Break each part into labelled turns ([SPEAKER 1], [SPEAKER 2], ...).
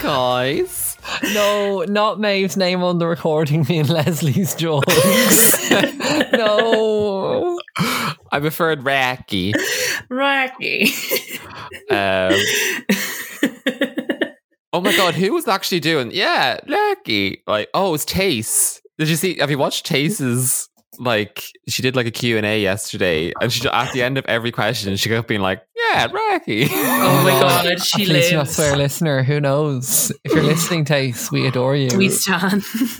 [SPEAKER 1] guys.
[SPEAKER 2] No, not Maeve's name on the recording being Leslie's jokes. no.
[SPEAKER 1] I preferred Racky.
[SPEAKER 3] Rocky.
[SPEAKER 1] Um, oh my god, who was actually doing? Yeah, Racky. Like, oh, it was Tace. Did you see? Have you watched Tace's? Like, she did like a Q and A yesterday, and she at the end of every question, she kept being like, "Yeah, Racky."
[SPEAKER 3] Oh my god, she
[SPEAKER 2] Please not
[SPEAKER 3] lives.
[SPEAKER 2] swear, listener. Who knows? If you're listening, Tace, we adore you.
[SPEAKER 3] We stand. this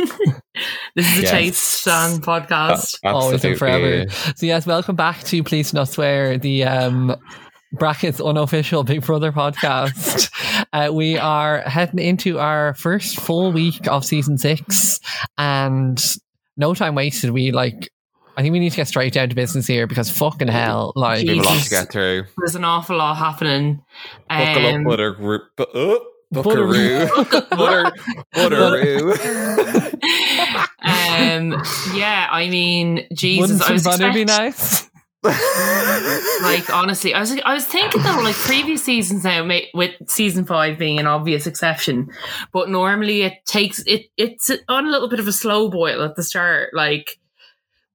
[SPEAKER 3] is a
[SPEAKER 1] Yes.
[SPEAKER 3] Chase Stan podcast.
[SPEAKER 2] always and forever.
[SPEAKER 1] Absolutely.
[SPEAKER 2] So yes, welcome back to Please Not Swear, the um brackets unofficial Big Brother podcast. uh, we are heading into our first full week of season six, and no time wasted. We like, I think we need to get straight down to business here because fucking hell, like.
[SPEAKER 1] We have a lot to
[SPEAKER 3] Jesus.
[SPEAKER 1] get through.
[SPEAKER 3] There's an awful lot happening.
[SPEAKER 1] Buckle
[SPEAKER 3] Um,
[SPEAKER 1] up, butter, group. Oh,
[SPEAKER 2] Butteroo.
[SPEAKER 1] buckaroo. butter, butteroo.
[SPEAKER 3] um, yeah, I mean, Jesus,
[SPEAKER 2] Wouldn't
[SPEAKER 3] I was
[SPEAKER 2] some butter be
[SPEAKER 3] expecting,
[SPEAKER 2] nice?
[SPEAKER 3] like honestly, I was I was thinking though, like previous seasons now, ma- with season five being an obvious exception, but normally it takes it it's on a little bit of a slow boil at the start, like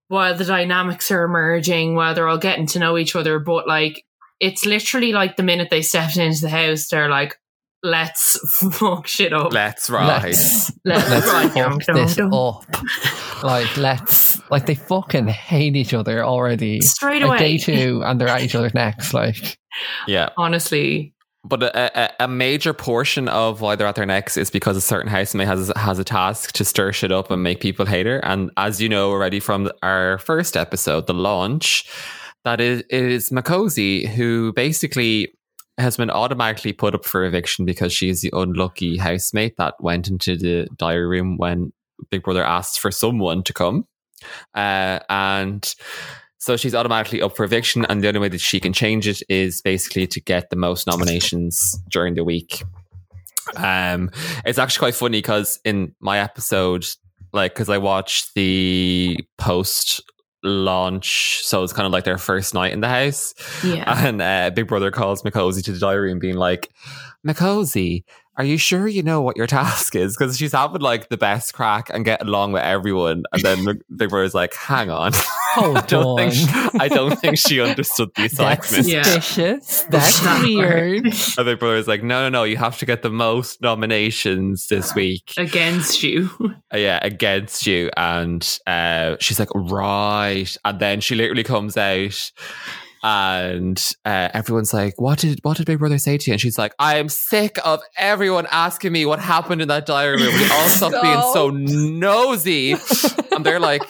[SPEAKER 3] while the dynamics are emerging, while they're all getting to know each other, but like it's literally like the minute they stepped into the house, they're like, "Let's fuck shit up."
[SPEAKER 1] Let's ride.
[SPEAKER 2] Let's,
[SPEAKER 3] Let's
[SPEAKER 2] let's
[SPEAKER 3] ride.
[SPEAKER 2] fuck
[SPEAKER 3] Dum,
[SPEAKER 2] this
[SPEAKER 3] dum, dum.
[SPEAKER 2] up. Like, let's like they fucking hate each other already.
[SPEAKER 3] Straight
[SPEAKER 2] Like day
[SPEAKER 3] away,
[SPEAKER 2] two, and they're at each other's necks. Like,
[SPEAKER 1] Yeah.
[SPEAKER 3] honestly,
[SPEAKER 1] But a, a, a major portion of why they're at their necks is because a certain housemate has has a task to stir shit up and make people hate her. And as you know already from our first episode, the launch, that is it is Makosi who basically has been automatically put up for eviction because she is the unlucky housemate that went into the diary room when Big Brother asked for someone to come. Uh, and so she's automatically up for eviction, and the only way that she can change it is basically to get the most nominations during the week. Um, it's actually quite funny because in my episode, like, because I watched the post launch, so it's kind of like their first night in the house,
[SPEAKER 3] yeah.
[SPEAKER 1] and uh, Big Brother calls Mikosi to the diary and being like, Mikosi, are you sure you know what your task is? Because she's having like the best crack and getting along with everyone, and then Mc- Big Brother's like, hang on.
[SPEAKER 2] hold
[SPEAKER 1] I don't
[SPEAKER 2] on.
[SPEAKER 1] think she, I don't think she understood the
[SPEAKER 2] That's
[SPEAKER 1] assignment.
[SPEAKER 3] Yeah.
[SPEAKER 2] suspicious. That's
[SPEAKER 3] That's
[SPEAKER 2] weird.
[SPEAKER 1] And Big Brother's like, no, no, no, you have to get the most nominations this week.
[SPEAKER 3] against you.
[SPEAKER 1] Uh, yeah, against you. And uh, she's like, right. And then she literally comes out and uh, everyone's like, what did what did Big Brother say to you? And she's like, I am sick of everyone asking me what happened in that diary room. We all stop being so nosy. And they're like,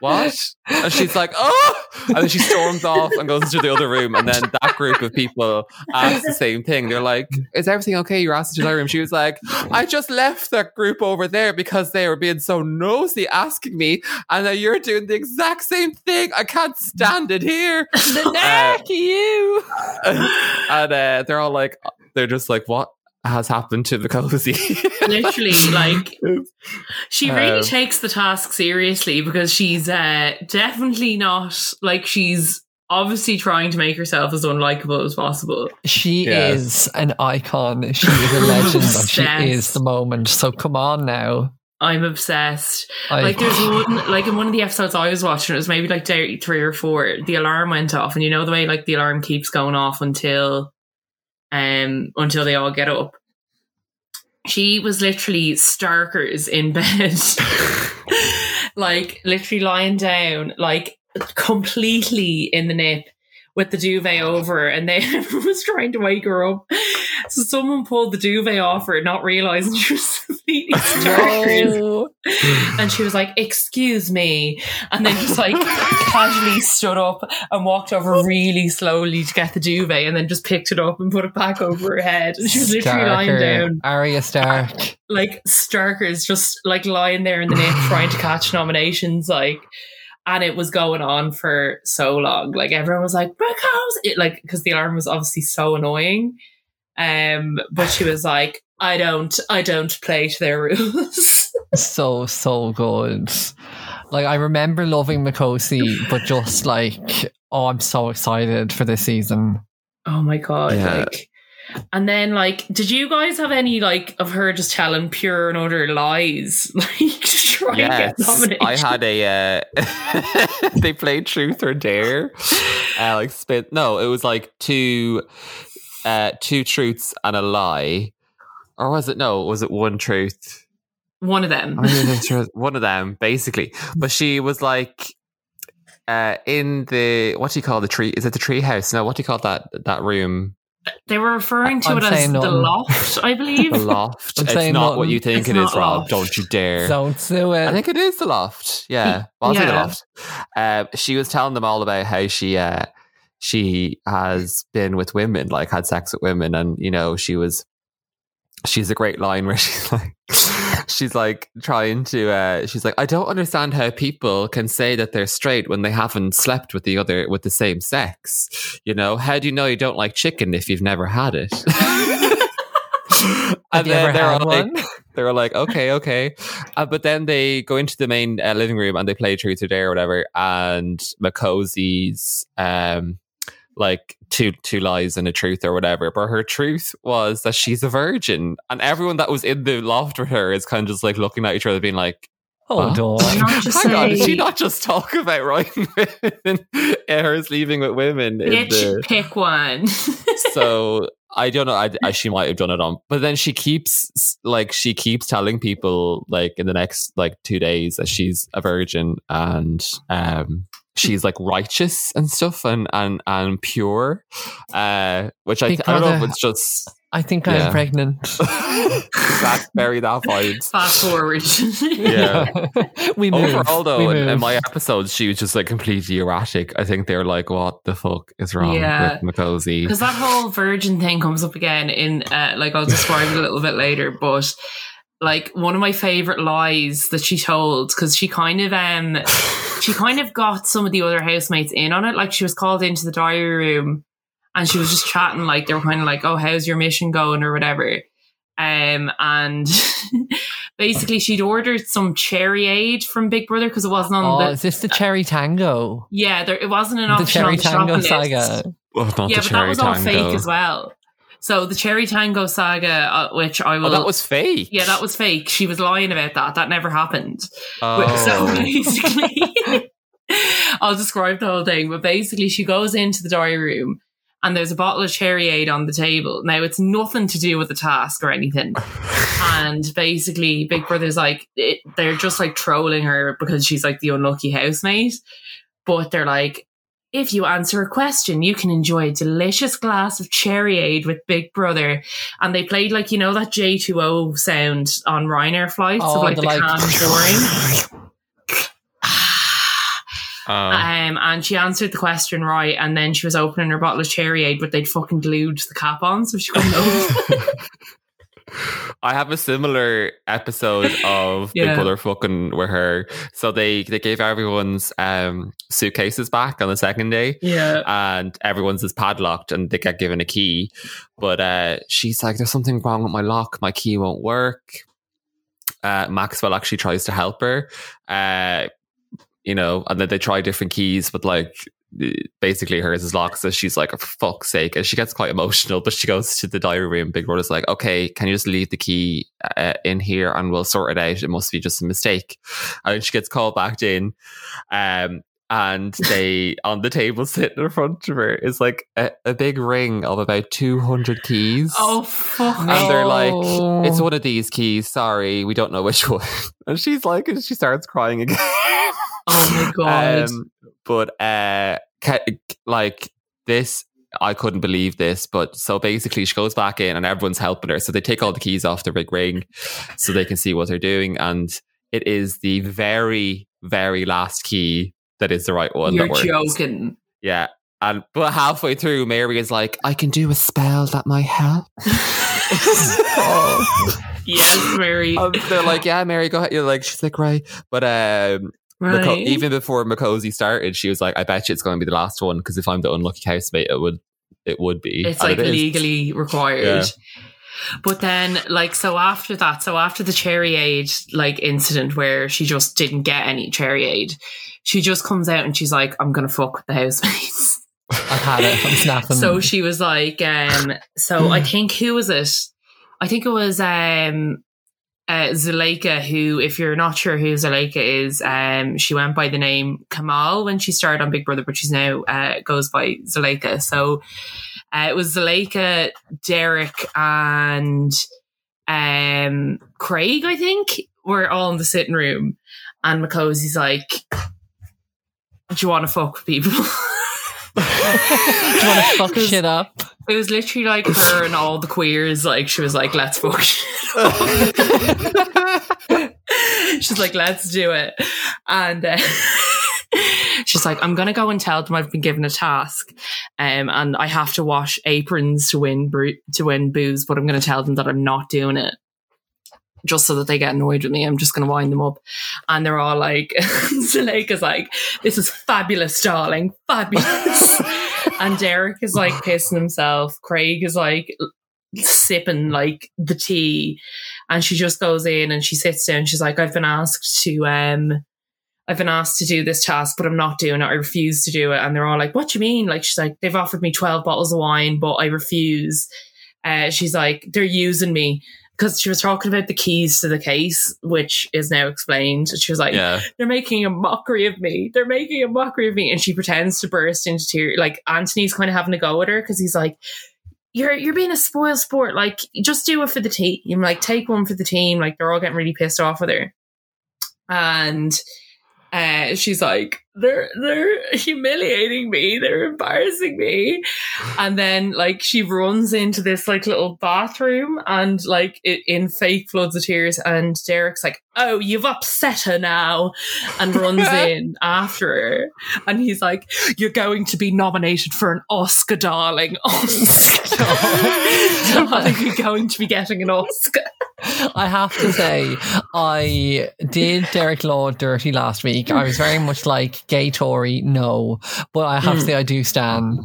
[SPEAKER 1] what? And she's like, oh! And then she storms off and goes into the other room. And then that group of people ask the same thing. They're like, is everything okay? You're asked into the other room. She was like, I just left that group over there because they were being so nosy asking me. And now you're doing the exact same thing. I can't stand it here.
[SPEAKER 2] the neck, you.
[SPEAKER 1] and uh, they're all like, they're just like, what has happened to the cozy?
[SPEAKER 3] Literally, like she really
[SPEAKER 1] Um,
[SPEAKER 3] takes the task seriously because she's uh, definitely not like she's obviously trying to make herself as unlikable as possible.
[SPEAKER 2] She
[SPEAKER 1] Yeah.
[SPEAKER 2] is an icon. She is a legend. and she
[SPEAKER 3] Obsessed.
[SPEAKER 2] is the moment. So come on now.
[SPEAKER 3] I'm obsessed.
[SPEAKER 2] I,
[SPEAKER 3] Like there's one, like in one of the episodes I was watching, it was maybe like day three or four. The alarm went off, and you know the way like the alarm keeps going off until, um, until they all get up. She was literally starkers in bed, like literally lying down, like completely in the nip. With the duvet over, her, and they was trying to wake her up. So someone pulled the duvet off her, not realizing she was completely starkers
[SPEAKER 2] no.
[SPEAKER 3] and she was like, "Excuse me," and then just like casually stood up and walked over really slowly to get the duvet, and then just picked it up and put it back over her head. And she was literally lying
[SPEAKER 2] Starker.
[SPEAKER 3] down,
[SPEAKER 2] Arya Stark.
[SPEAKER 3] like Starkers, just like lying there in the net trying to catch nominations, like. And it was going on for so long. Like everyone was like, "Because it like because the alarm was obviously so annoying." Um, but she was like, "I don't, I don't play to their rules."
[SPEAKER 2] So, so good. Like, I remember loving Mikosi, but just like, oh, I'm so excited for this season.
[SPEAKER 3] Oh my god!
[SPEAKER 1] Yeah.
[SPEAKER 3] Like And then, like, did you guys have any like of her just telling pure and utter lies, like to try and get
[SPEAKER 1] Yes,
[SPEAKER 3] nominated?
[SPEAKER 1] I had a. Uh, they played Truth or Dare. Uh, like spit. No, it was like two, uh, two truths and a lie, or was it? No, was it one truth?
[SPEAKER 3] one of them.
[SPEAKER 1] I mean, it's just one of them, basically. But she was like, uh, in the what do you call the tree? Is it the tree house? No, what do you call that that room?
[SPEAKER 3] They were referring to
[SPEAKER 2] I'm
[SPEAKER 3] it as
[SPEAKER 2] saying
[SPEAKER 3] the
[SPEAKER 2] nothing.
[SPEAKER 3] loft, I believe.
[SPEAKER 1] The loft.
[SPEAKER 2] I'm
[SPEAKER 1] it's
[SPEAKER 2] saying
[SPEAKER 1] not what
[SPEAKER 2] nothing.
[SPEAKER 1] you think
[SPEAKER 3] It's
[SPEAKER 1] it is,
[SPEAKER 3] not
[SPEAKER 1] Rob.
[SPEAKER 3] loft.
[SPEAKER 1] Don't you dare.
[SPEAKER 2] Don't sue
[SPEAKER 1] I
[SPEAKER 2] it.
[SPEAKER 1] think it is the loft. Yeah, was it the
[SPEAKER 3] Yeah.
[SPEAKER 1] loft? Uh, she was telling them all about how she uh, she has been with women, like had sex with women, and you know she was. She's a great line where she's like, she's like trying to, uh, she's like, I don't understand how people can say that they're straight when they haven't slept with the other, with the same sex. You know, how do you know you don't like chicken if you've never had it?
[SPEAKER 2] Have you
[SPEAKER 1] then
[SPEAKER 2] ever
[SPEAKER 1] they're
[SPEAKER 2] had
[SPEAKER 1] all
[SPEAKER 2] one?
[SPEAKER 1] they were like, okay, okay. Uh, but then they go into the main uh, living room and they play Truth or Dare or whatever. And Makozi's, um, like two two lies and a truth or whatever. But her truth was that she's a virgin, and everyone that was in the loft with her is kind of just like looking at each other, being like,
[SPEAKER 2] Hold
[SPEAKER 3] Can
[SPEAKER 2] on.
[SPEAKER 3] I just
[SPEAKER 1] "Hang on, did
[SPEAKER 3] say-
[SPEAKER 1] she not just talk about Ryan and her sleeping with women?" in
[SPEAKER 3] Bitch,
[SPEAKER 1] the-
[SPEAKER 3] pick one.
[SPEAKER 1] so I don't know. I, I- she might have done it on, but then she keeps like she keeps telling people like in the next like two days that she's a virgin and um she's like righteous and stuff and and and pure, uh, which I,
[SPEAKER 2] Big
[SPEAKER 1] I don't know if
[SPEAKER 2] brother.
[SPEAKER 1] it's just
[SPEAKER 2] I think
[SPEAKER 1] Yeah.
[SPEAKER 2] I'm pregnant.
[SPEAKER 1] that very that vibes.
[SPEAKER 3] Fast forward.
[SPEAKER 1] Yeah.
[SPEAKER 2] we move.
[SPEAKER 1] Overall, though,
[SPEAKER 2] we
[SPEAKER 1] in, in
[SPEAKER 2] move.
[SPEAKER 1] my episodes, she was just like completely erratic. I think they were like, "What the fuck is wrong
[SPEAKER 3] Yeah.
[SPEAKER 1] with Makosi?"
[SPEAKER 3] Because that whole virgin thing comes up again in, uh, like, I'll describe it a little bit later, but like one of my favorite lies that she told, because she kind of, um, she kind of got some of the other housemates in on it. Like, she was called into the diary room and she was just chatting, like, they were kind of like, oh, how's your mission going or whatever. Um, and basically, she'd ordered some cherry aid from Big Brother because it wasn't on
[SPEAKER 2] Oh,
[SPEAKER 3] Um, the.
[SPEAKER 2] is this the Cherry Tango?
[SPEAKER 3] Yeah, there, it wasn't an
[SPEAKER 2] The
[SPEAKER 3] option on
[SPEAKER 2] Cherry
[SPEAKER 3] the shopping
[SPEAKER 2] Tango
[SPEAKER 3] list
[SPEAKER 2] saga.
[SPEAKER 1] Well, not
[SPEAKER 3] yeah,
[SPEAKER 1] the
[SPEAKER 3] but that
[SPEAKER 1] cherry
[SPEAKER 3] was all
[SPEAKER 1] tango.
[SPEAKER 3] fake as well. So the Cherry Tango saga, uh, which I will.
[SPEAKER 1] Oh, that was fake.
[SPEAKER 3] yeah, that was fake. She was lying about that. That never happened. But- So
[SPEAKER 1] Oh.
[SPEAKER 3] basically, I'll describe the whole thing. But basically, she goes into the diary room and there's a bottle of Cherry Aid on the table. Now, it's nothing to do with the task or anything. And basically, Big Brother's like, it, they're just like trolling her because she's like the unlucky housemate. But they're like, if you answer a question, you can enjoy a delicious glass of Cherry Aid with Big Brother. And they played like, you know, that J2O sound on Ryanair flights
[SPEAKER 2] Oh,
[SPEAKER 3] of like the,
[SPEAKER 2] the, like-
[SPEAKER 3] calm touring.
[SPEAKER 1] Uh,
[SPEAKER 3] Um, and she answered the question right, and then she was opening her bottle of Cherry Aid, but they'd fucking glued the cap on, so she couldn't open.
[SPEAKER 1] I have a similar episode of Big
[SPEAKER 3] Yeah.
[SPEAKER 1] Brother fucking with her. So they they gave everyone's um suitcases back on the second day.
[SPEAKER 3] Yeah.
[SPEAKER 1] And everyone's is padlocked and they get given a key. But uh, she's like, There's something wrong with my lock. My key won't work. Uh, Maxwell actually tries to help her. Uh, you know, and then they try different keys, but like basically hers is locked. So she's like, for fuck's sake. And she gets quite emotional, but she goes to the diary room. Big Brother's like, okay, can you just leave the key uh, in here and we'll sort it out? It must be just a mistake. And she gets called back in. Um, and they, on the table sitting in front of her, is like a, a big ring of about 200 keys.
[SPEAKER 3] Oh fuck!
[SPEAKER 1] And they're
[SPEAKER 2] No.
[SPEAKER 1] like, it's one of these keys. Sorry, we don't know which one. And she's like, and she starts crying again.
[SPEAKER 3] Oh my god!
[SPEAKER 1] Um, but uh, ca- like this, I couldn't believe this. But so basically, she goes back in, and everyone's helping her. So they take all the keys off the big ring, so they can see what they're doing. And it is the very, very last key that is the right one.
[SPEAKER 3] You're
[SPEAKER 1] that works.
[SPEAKER 3] joking.
[SPEAKER 1] Yeah. And but halfway through, Mary is like, "I can do a spell that might help."
[SPEAKER 3] Yes, Mary.
[SPEAKER 1] And they're like, "Yeah, Mary, go ahead." You're like, she's like, "Right," but um, Mako-
[SPEAKER 3] right.
[SPEAKER 1] even before Makosi started, she was like, "I bet you it's going to be the last one because if I'm the unlucky housemate, it would, it would be."
[SPEAKER 3] it's
[SPEAKER 1] And
[SPEAKER 3] like
[SPEAKER 1] it is.
[SPEAKER 3] legally required.
[SPEAKER 1] Yeah.
[SPEAKER 3] But then, like, so after that, so after the cherry aid like incident where she just didn't get any cherry aid, she just comes out and she's like, "I'm gonna fuck with the housemates."
[SPEAKER 2] I had it. I'm snapping.
[SPEAKER 3] So she was like, um, so I think who was it? I think it was um uh, Zuleika, who, if you're not sure who Zuleika is, um, she went by the name Kamal when she started on Big Brother, but she's now uh, goes by Zuleika. So uh, it was Zuleika, Derek, and um, Craig, I think, were all in the sitting room. And Mackosie's like, Do you want to fuck with people?
[SPEAKER 2] Do you want to fuck shit up?
[SPEAKER 3] It was literally like her and all the queers. Like she was like, "Let's fuck." she's like, "Let's do it," and uh, she's like, "I'm gonna go and tell them I've been given a task, um, and I have to wash aprons to win bru- to win booze, but I'm gonna tell them that I'm not doing it." Just so that they get annoyed with me, I'm just going to wind them up, and they're all like, "Zuleika's like, this is fabulous, darling, fabulous." and Derek is like pissing himself. Craig is like sipping like the tea, and she just goes in and she sits down. She's like, "I've been asked to, um, I've been asked to do this task, but I'm not doing it. I refuse to do it." And they're all like, "What do you mean?" Like she's like, "They've offered me twelve bottles of wine, but I refuse." Uh, she's like, "They're using me." Because she was talking about the keys to the case, which is now explained. She was like,
[SPEAKER 1] Yeah.
[SPEAKER 3] they're making a mockery of me. They're making a mockery of me. And she pretends to burst into tears. Like Anthony's kind of having a go at her because he's like, you're, you're being a spoiled sport. Like, just do it for the team. Like, take one for the team. Like, they're all getting really pissed off with her. And uh, she's like, they're they're humiliating me, they're embarrassing me, and then like she runs into this like little bathroom and like it, in fake floods of tears, and Derek's like, oh, you've upset her now, and runs in after her, and he's like, you're going to be nominated for an Oscar, darling, Oscar, darling, you're going to be getting an Oscar.
[SPEAKER 2] I have to say, I did Derek Law dirty last week. I was very much like gay Tory, no, but I have to
[SPEAKER 3] Hmm.
[SPEAKER 2] say I do stand.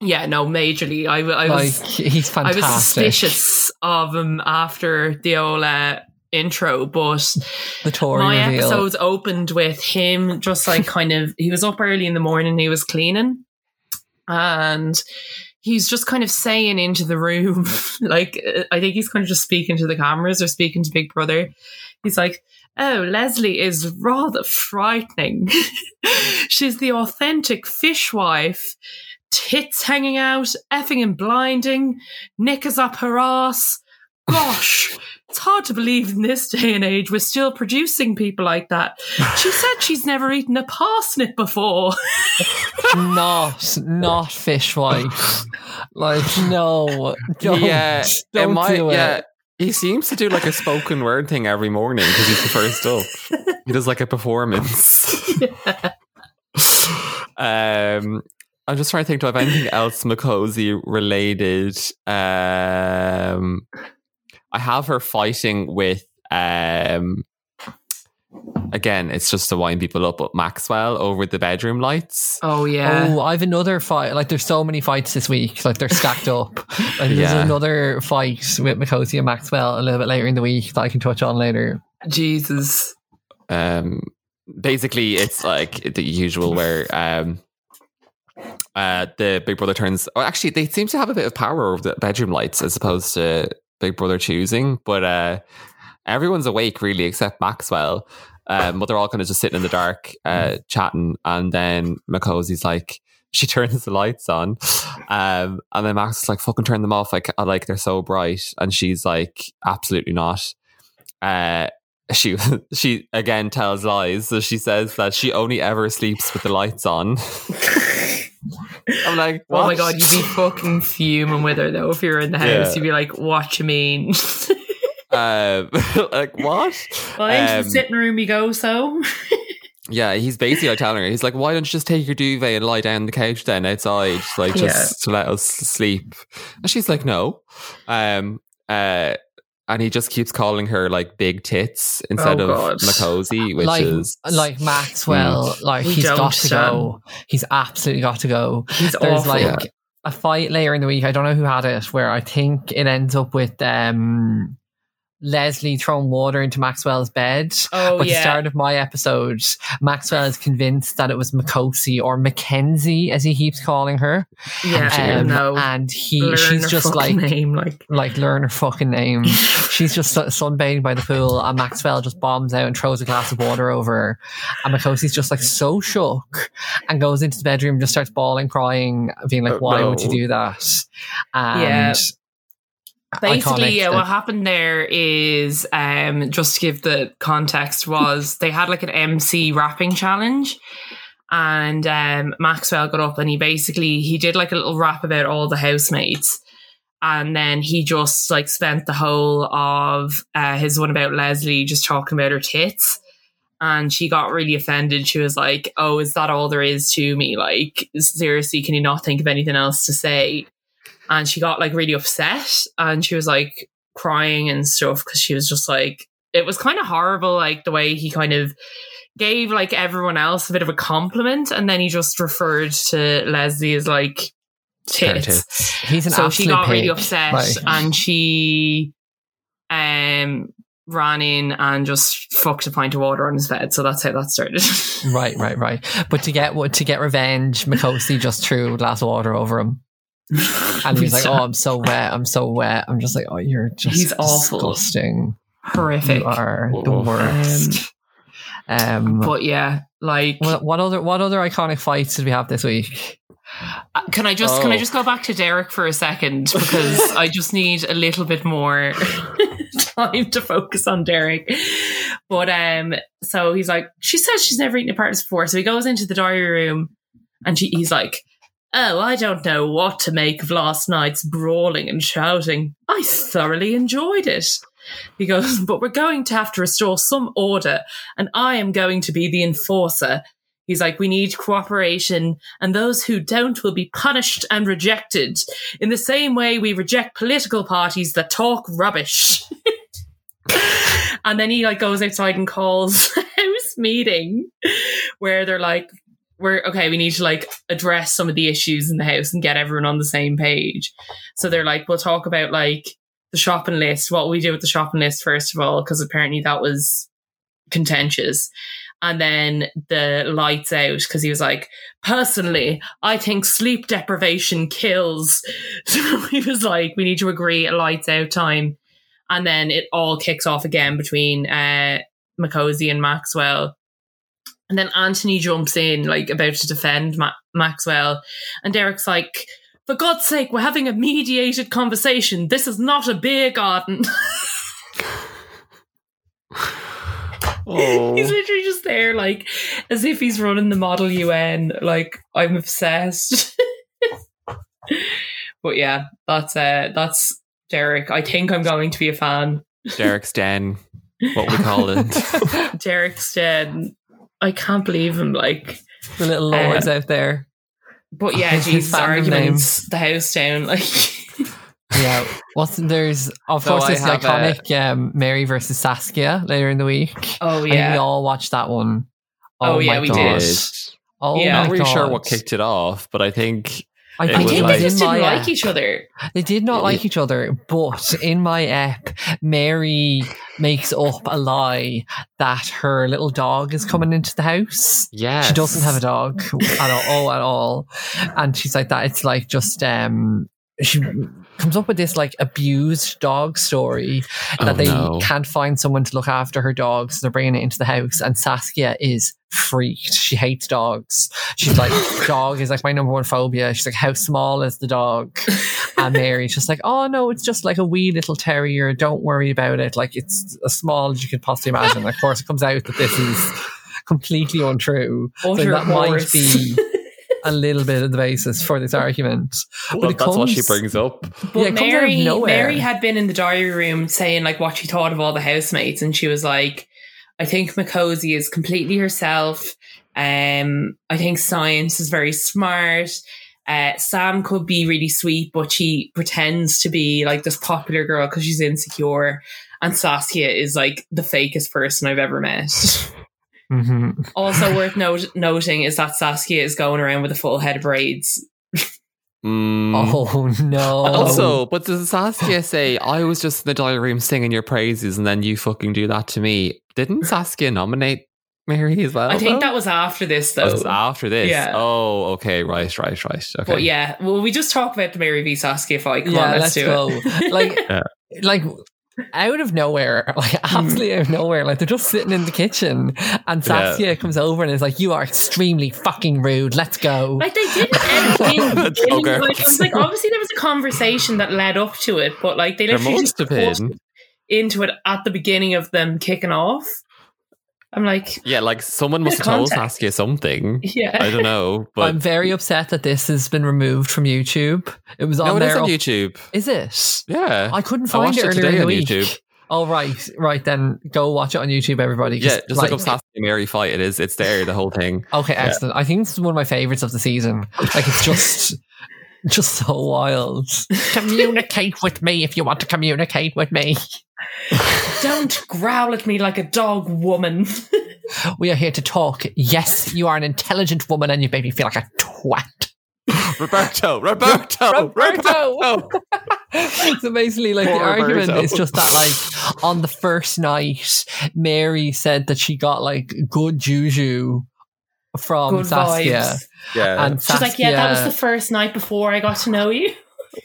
[SPEAKER 3] Yeah, no, majorly, I, w- I
[SPEAKER 2] Like
[SPEAKER 3] was.
[SPEAKER 2] he's fantastic.
[SPEAKER 3] I was suspicious of him after the old uh, intro, but
[SPEAKER 2] The Tory
[SPEAKER 3] my
[SPEAKER 2] reveal.
[SPEAKER 3] episodes opened with him just like kind of he was up early in the morning, he was cleaning, and he's just kind of saying into the room, like uh, I think he's kind of just speaking to the cameras or speaking to Big Brother. He's like. Oh, Leslie is rather frightening. She's the authentic fishwife tits hanging out, effing and blinding, knickers up her ass. Gosh, it's hard to believe in this day and age we're still producing people like that. She said she's never eaten a parsnip before.
[SPEAKER 2] not not fishwife. Like no, don't,
[SPEAKER 1] yeah,
[SPEAKER 2] don't
[SPEAKER 1] it might-
[SPEAKER 2] do it.
[SPEAKER 1] yeah. He seems to do like a spoken word thing every morning because he's the first up. He does like a performance. um, I'm just trying to think. Do I have anything else Makosi related? Um, I have her fighting with. Um, again, it's just to wind people up. But Maxwell over the bedroom lights.
[SPEAKER 3] Oh,
[SPEAKER 2] Oh, I have another fight. Like, there's so many fights this week. Like, they're stacked up. Like, there's
[SPEAKER 1] Yeah.
[SPEAKER 2] another fight with Makosi and Maxwell a little bit later in the week that I can touch on later.
[SPEAKER 3] Jesus.
[SPEAKER 1] um basically it's like the usual where um uh the big brother turns oh actually they seem to have a bit of power over the bedroom lights as opposed to big brother choosing but uh everyone's awake really except maxwell um but they're all kind of just sitting in the dark
[SPEAKER 3] Hmm.
[SPEAKER 1] uh chatting and then Mackosie's like she turns the lights on um and then max is like fucking turn them off like I like they're so bright and she's like absolutely not uh she she again tells lies. So she says that she only ever sleeps with the lights on. I'm like,
[SPEAKER 3] Oh my
[SPEAKER 1] what?
[SPEAKER 3] god, you'd be fucking fuming with her though if you were in the house.
[SPEAKER 1] Yeah.
[SPEAKER 3] You'd be like, what you mean?
[SPEAKER 1] Um, like what?
[SPEAKER 3] well, into the
[SPEAKER 1] Um,
[SPEAKER 3] sitting room you go, so.
[SPEAKER 1] yeah, he's basically like telling her, he's like, why don't you just take your duvet and lie down on the couch then outside, like
[SPEAKER 3] Yeah.
[SPEAKER 1] just to let us sleep? And she's like, no. Um, uh, and he just keeps calling her like big tits instead
[SPEAKER 3] Oh,
[SPEAKER 1] of
[SPEAKER 3] God.
[SPEAKER 1] Makosi, which
[SPEAKER 2] like,
[SPEAKER 1] is Mm.
[SPEAKER 2] like Maxwell, like
[SPEAKER 3] We
[SPEAKER 2] he's
[SPEAKER 3] don't
[SPEAKER 2] got to
[SPEAKER 3] stand.
[SPEAKER 2] go. He's absolutely got to go.
[SPEAKER 3] He's
[SPEAKER 2] There's
[SPEAKER 3] awful.
[SPEAKER 2] like
[SPEAKER 1] Yeah.
[SPEAKER 2] a fight later in the week. I don't know who had it, where I think it ends up with um Leslie throwing water into Maxwell's bed.
[SPEAKER 3] Oh
[SPEAKER 2] but the
[SPEAKER 3] yeah.
[SPEAKER 2] start of my episode, Maxwell is convinced that it was Makosi or Mackenzie, as he keeps calling her.
[SPEAKER 3] yeah.
[SPEAKER 2] Um,
[SPEAKER 3] no.
[SPEAKER 2] And he,
[SPEAKER 3] Learn
[SPEAKER 2] she's
[SPEAKER 3] her
[SPEAKER 2] just
[SPEAKER 3] fucking
[SPEAKER 2] like, Mm.
[SPEAKER 3] name, like
[SPEAKER 2] like learn her fucking name. She's just sun- sunbathing by the pool, and Maxwell just bombs out and throws a glass of water over her. And Makosi's just like so shook and goes into the bedroom, just starts bawling, crying, being
[SPEAKER 1] Oh,
[SPEAKER 2] like, "Why
[SPEAKER 1] no.
[SPEAKER 2] would you do that?" And uh,
[SPEAKER 3] Yeah.
[SPEAKER 2] iconic
[SPEAKER 3] basically yeah,
[SPEAKER 2] that-
[SPEAKER 3] what happened there is um just to give the context was they had like an mc rapping challenge and um maxwell got up and he basically he did like a little rap about all the housemates and then he just like spent the whole of uh, his one about leslie just talking about her tits and she got really offended she was like oh is that all there is to me like seriously can you not think of anything else to say and she got like really upset and she was like crying and stuff because she was just like it was kind of horrible like the way he kind of gave like everyone else a bit of a compliment and then he just referred to leslie as like
[SPEAKER 1] Her
[SPEAKER 3] tits
[SPEAKER 1] tits.
[SPEAKER 2] he's an
[SPEAKER 3] so
[SPEAKER 2] absolute
[SPEAKER 3] she got really
[SPEAKER 2] pig.
[SPEAKER 3] upset
[SPEAKER 2] Like,
[SPEAKER 3] and she um ran in and just fucked a pint of water on his bed so that's how that started
[SPEAKER 2] Right, right, right. But to get what to get revenge, Makosi just threw a glass of water over him, and he's like, "Oh, I'm so wet. I'm so wet." I'm just like, "Oh, you're just
[SPEAKER 3] He's awful.
[SPEAKER 2] disgusting.
[SPEAKER 3] horrific
[SPEAKER 2] You are the
[SPEAKER 1] Oof.
[SPEAKER 2] worst." Um,
[SPEAKER 3] but yeah like
[SPEAKER 2] what, what other what other iconic fights did we have this week?
[SPEAKER 3] Uh, Can I just can I
[SPEAKER 1] Oh.
[SPEAKER 3] just go back to Derek for a second because I just need a little bit more time to focus on Derek. But um, so he's like, she says she's never eaten a partner before, so he goes into the diary room, and she, he's like, oh, I don't know what to make of last night's brawling and shouting. I thoroughly enjoyed it. He goes, but we're going to have to restore some order, and I am going to be the enforcer. He's like, we need cooperation, and those who don't will be punished and rejected in the same way we reject political parties that talk rubbish. and then he like goes outside and calls a house meeting where they're like, we're okay, we need to like address some of the issues in the house and get everyone on the same page. So they're like, we'll talk about like the shopping list, what we do with the shopping list, first of all, because apparently that was contentious and then the lights out because he was like, personally, I think sleep deprivation kills. So he was like, we need to agree a lights out time. And then it all kicks off again between uh, Macozy and Maxwell. And then Anthony jumps in, like about to defend Ma- Maxwell. And Derek's like, for God's sake, we're having a mediated conversation. This is not a beer garden. He's
[SPEAKER 1] Oh.
[SPEAKER 3] literally just there, like, as if he's running the Model UN. Like, I'm obsessed. but yeah, that's uh, that's Derek. I think I'm going to be a fan.
[SPEAKER 1] Derek's den. What we call it.
[SPEAKER 3] Derek's dead. I can't believe him. Like,
[SPEAKER 2] The little lords out there.
[SPEAKER 3] but yeah,
[SPEAKER 2] His
[SPEAKER 3] Jesus,
[SPEAKER 2] fandom
[SPEAKER 3] arguments, the house down. Like,
[SPEAKER 2] Yeah. What's there's of
[SPEAKER 1] So
[SPEAKER 2] course
[SPEAKER 1] I
[SPEAKER 2] there's the
[SPEAKER 1] have a-
[SPEAKER 2] iconic um, Mary versus Saskia later in the week.
[SPEAKER 3] oh
[SPEAKER 2] I think we
[SPEAKER 3] yeah,
[SPEAKER 2] all watched that one.
[SPEAKER 3] Oh, yeah,
[SPEAKER 2] my
[SPEAKER 3] we
[SPEAKER 1] Did.
[SPEAKER 2] God. Oh
[SPEAKER 3] Yeah.
[SPEAKER 1] I'm
[SPEAKER 2] my
[SPEAKER 1] not really sure what
[SPEAKER 2] God.
[SPEAKER 1] kicked it off, but I think
[SPEAKER 2] I
[SPEAKER 1] It
[SPEAKER 3] I
[SPEAKER 2] think,
[SPEAKER 1] was
[SPEAKER 3] think
[SPEAKER 1] like-
[SPEAKER 3] they just
[SPEAKER 2] in
[SPEAKER 3] didn't
[SPEAKER 2] my,
[SPEAKER 3] like
[SPEAKER 2] ep-
[SPEAKER 3] each other.
[SPEAKER 2] They did not like each other, but in my ep, Mary makes up a lie that her little dog is coming into the house.
[SPEAKER 1] yeah,
[SPEAKER 2] She doesn't have a dog at all, at all. And she's like that. It's like just um she comes up with this like abused dog story
[SPEAKER 1] Oh,
[SPEAKER 2] that they
[SPEAKER 1] no.
[SPEAKER 2] can't find someone to look after her dog, so they're bringing it into the house. And Saskia is freaked. She hates dogs. She's like, dog is like my number one phobia. She's like, how small is the dog? And Mary's just like, oh no, it's just like a wee little terrier. Don't worry about it. Like it's as small as you could possibly imagine. of course, it comes out that this is completely untrue. So
[SPEAKER 3] Utter
[SPEAKER 2] that might
[SPEAKER 3] horse.
[SPEAKER 2] be a little bit of the basis for this argument.
[SPEAKER 1] Well,
[SPEAKER 2] it
[SPEAKER 1] that's what she
[SPEAKER 2] comes-
[SPEAKER 1] brings up.
[SPEAKER 2] Yeah,
[SPEAKER 3] But
[SPEAKER 2] it comes out of
[SPEAKER 3] Mary,
[SPEAKER 2] nowhere.
[SPEAKER 3] Mary had been in the diary room saying like what she thought of all the housemates, and she was like, "I think Macozy is completely herself. Um, I think science is very smart. Uh, Sam could be really sweet, but she pretends to be like this popular girl because she's insecure." And Saskia is like the fakest person I've ever met.
[SPEAKER 2] Mm-hmm.
[SPEAKER 3] also worth note- noting is that Saskia is going around with a full head of braids.
[SPEAKER 1] Mm.
[SPEAKER 2] Oh no!
[SPEAKER 3] Um,
[SPEAKER 1] Also, but does Saskia say, I was just in the diary room singing your praises and then you fucking do that to me? Didn't Saskia nominate Mary as well?
[SPEAKER 3] I think
[SPEAKER 1] though?
[SPEAKER 3] that was after this
[SPEAKER 1] Oh,
[SPEAKER 3] though.
[SPEAKER 1] it's after this.
[SPEAKER 3] Yeah.
[SPEAKER 1] Oh, okay. Right, right, right. Okay.
[SPEAKER 3] But yeah, well, we just talk about the Mary v Saskia fight. Come
[SPEAKER 2] yeah,
[SPEAKER 3] on, let's,
[SPEAKER 2] let's
[SPEAKER 3] do
[SPEAKER 2] go.
[SPEAKER 3] it.
[SPEAKER 2] Like,
[SPEAKER 1] Yeah.
[SPEAKER 2] like out of nowhere, like absolutely out of nowhere. Like they're just sitting in the kitchen, and Saskia comes over and is like, "You are extremely fucking rude. Let's go."
[SPEAKER 3] Like they didn't end in
[SPEAKER 1] That's so
[SPEAKER 3] in-
[SPEAKER 1] gross.
[SPEAKER 3] like, I was like obviously there was a conversation that led up to it, but like they
[SPEAKER 1] There
[SPEAKER 3] literally
[SPEAKER 1] must
[SPEAKER 3] just
[SPEAKER 1] have been.
[SPEAKER 3] cut into it at the beginning of them kicking off. I'm like,
[SPEAKER 1] Yeah, like someone must
[SPEAKER 3] Bit
[SPEAKER 1] have
[SPEAKER 3] of
[SPEAKER 1] told
[SPEAKER 3] context.
[SPEAKER 1] Saskia something. I
[SPEAKER 3] yeah.
[SPEAKER 1] don't know, but
[SPEAKER 2] I'm very upset that this has been removed from YouTube. It was on
[SPEAKER 1] no, it
[SPEAKER 2] there.
[SPEAKER 1] is on
[SPEAKER 2] up-
[SPEAKER 1] YouTube.
[SPEAKER 2] Is it?
[SPEAKER 1] Yeah.
[SPEAKER 2] I couldn't find
[SPEAKER 1] watched
[SPEAKER 2] it
[SPEAKER 1] it
[SPEAKER 2] earlier
[SPEAKER 1] today
[SPEAKER 2] in the
[SPEAKER 1] on
[SPEAKER 2] week.
[SPEAKER 1] YouTube.
[SPEAKER 2] Oh right, right then go watch it on YouTube, everybody.
[SPEAKER 1] yeah, just look
[SPEAKER 2] like-
[SPEAKER 1] up Saskia Mary fight. It is. It's there. The whole thing.
[SPEAKER 2] Okay, excellent. I think this is one of my favorites of the season. Like it's just just so wild. communicate with me if you want to communicate with me.
[SPEAKER 3] Don't growl at me like a dog, woman.
[SPEAKER 2] We are here to talk. Yes, you are an intelligent woman and you make me feel like a twat.
[SPEAKER 1] Roberto, Roberto,
[SPEAKER 2] Roberto!
[SPEAKER 1] Oh, Roberto.
[SPEAKER 2] so basically, like the
[SPEAKER 1] Poor
[SPEAKER 2] argument
[SPEAKER 1] Roberto.
[SPEAKER 2] is just that, like on the first night, Mary said that she got like good juju from
[SPEAKER 3] Good
[SPEAKER 2] Um, Saskia,
[SPEAKER 3] vibes.
[SPEAKER 1] Yeah.
[SPEAKER 2] and
[SPEAKER 3] She's
[SPEAKER 2] Saskia
[SPEAKER 3] like, yeah, that was the first night before I got to know you.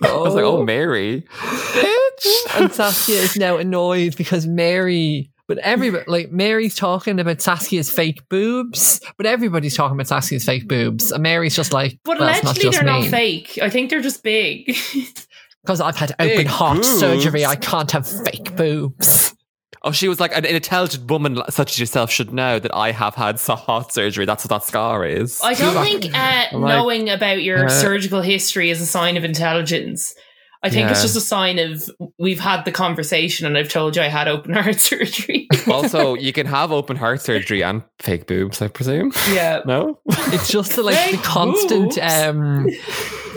[SPEAKER 1] I was like, oh, Mary, bitch.
[SPEAKER 2] and Saskia is now annoyed because Mary, but everybody, like Mary's talking about Saskia's fake boobs, but everybody's talking about Saskia's fake boobs, and Mary's just like,
[SPEAKER 3] But
[SPEAKER 2] well, it's not
[SPEAKER 3] allegedly
[SPEAKER 2] just
[SPEAKER 3] they're not
[SPEAKER 2] me
[SPEAKER 3] fake. I think they're just big.
[SPEAKER 2] because I've had
[SPEAKER 1] Big
[SPEAKER 2] open heart
[SPEAKER 1] boobs."
[SPEAKER 2] surgery. I can't have fake boobs.
[SPEAKER 1] Oh, she was like an intelligent woman such as yourself should know that I have had so- heart surgery. That's what that scar is.
[SPEAKER 3] I don't
[SPEAKER 2] Like-
[SPEAKER 3] think uh,
[SPEAKER 2] like-
[SPEAKER 3] knowing about your
[SPEAKER 1] Uh,
[SPEAKER 3] surgical history is a sign of intelligence. I think it's
[SPEAKER 1] Yeah.
[SPEAKER 3] just a sign of we've had the conversation and I've told you I had open heart surgery.
[SPEAKER 1] also, you can have open heart surgery and fake boobs, I presume.
[SPEAKER 3] yeah.
[SPEAKER 1] No,
[SPEAKER 2] It's just the, like the
[SPEAKER 3] Fake
[SPEAKER 2] constant,
[SPEAKER 3] boobs.
[SPEAKER 2] um,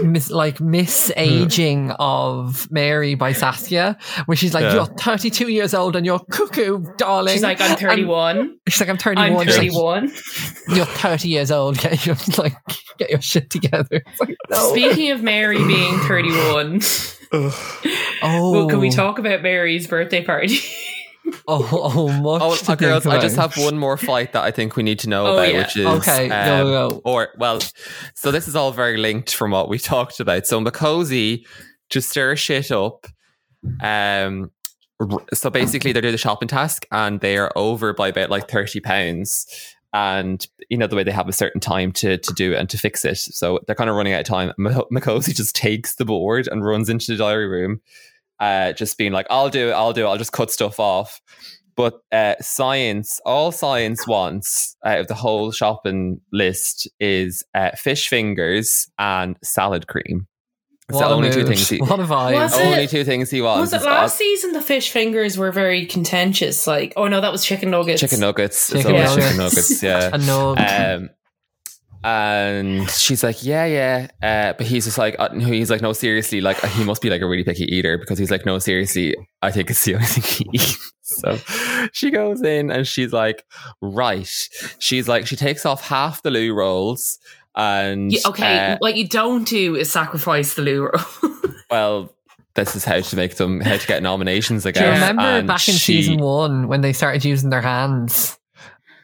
[SPEAKER 2] mis- like misaging of Mary by Saskia, where she's like,
[SPEAKER 1] Hmm. Yeah.
[SPEAKER 2] "You're 32 years old and you're cuckoo, darling."
[SPEAKER 3] She's like, I'm 31.
[SPEAKER 2] She's like, "I'm
[SPEAKER 3] I'm
[SPEAKER 2] 31." She's like,
[SPEAKER 3] 31.
[SPEAKER 2] you're 30 years old. Get your like get your shit together. It's like, no.
[SPEAKER 3] Speaking of Mary being 31,
[SPEAKER 2] oh,
[SPEAKER 3] well, can we talk about Mary's birthday party?
[SPEAKER 2] Oh, oh, much.
[SPEAKER 1] Oh,
[SPEAKER 2] to
[SPEAKER 1] uh, girls,
[SPEAKER 2] think
[SPEAKER 1] I just
[SPEAKER 2] about.
[SPEAKER 1] have one more fight that I think we need to know
[SPEAKER 3] Oh,
[SPEAKER 1] about,
[SPEAKER 3] yeah.
[SPEAKER 1] which is um,
[SPEAKER 2] Okay, go, go, go.
[SPEAKER 1] Or well, so this is all very linked from what we talked about. So Makosi to stir shit up. Um, r- so basically, they're doing the shopping task, and they are over by about like thirty pounds. And you know the way they have a certain time to to do it and to fix it. So they're kind of running out of time. Ma- Makosi just takes the board and runs into the diary room uh, just being like, I'll do it, I'll do it, I'll just cut stuff off. But uh, science, all science wants out of the whole shopping list is uh, fish fingers and salad cream. It's
[SPEAKER 2] What
[SPEAKER 1] the
[SPEAKER 2] a
[SPEAKER 1] only two
[SPEAKER 2] mood.
[SPEAKER 1] things he,
[SPEAKER 2] What a
[SPEAKER 3] Was
[SPEAKER 2] vibe.
[SPEAKER 3] it-
[SPEAKER 1] only two things he wants.
[SPEAKER 3] was it
[SPEAKER 1] Oh, is
[SPEAKER 3] last season the fish fingers were very contentious? Like, oh no, that was chicken nuggets.
[SPEAKER 1] chicken nuggets. It's
[SPEAKER 2] Chicken
[SPEAKER 1] always chicken
[SPEAKER 3] nuggets.
[SPEAKER 1] nuggets, yeah.
[SPEAKER 2] A nug.
[SPEAKER 1] um, and she's like, yeah, yeah. Uh, but he's just like, uh, no, he's like, no, seriously, like uh, he must be like a really picky eater because he's like, no, seriously, I think it's the only thing he eats. So she goes in and she's like, right. She's like, she takes off half the loo rolls and
[SPEAKER 3] Yeah, okay,
[SPEAKER 1] uh,
[SPEAKER 3] what you don't do is sacrifice the lure.
[SPEAKER 1] well, this is how to make them how to get nominations. I
[SPEAKER 2] do you
[SPEAKER 1] guess.
[SPEAKER 2] remember
[SPEAKER 1] And
[SPEAKER 2] back in
[SPEAKER 1] she-
[SPEAKER 2] season one when they started using their hands?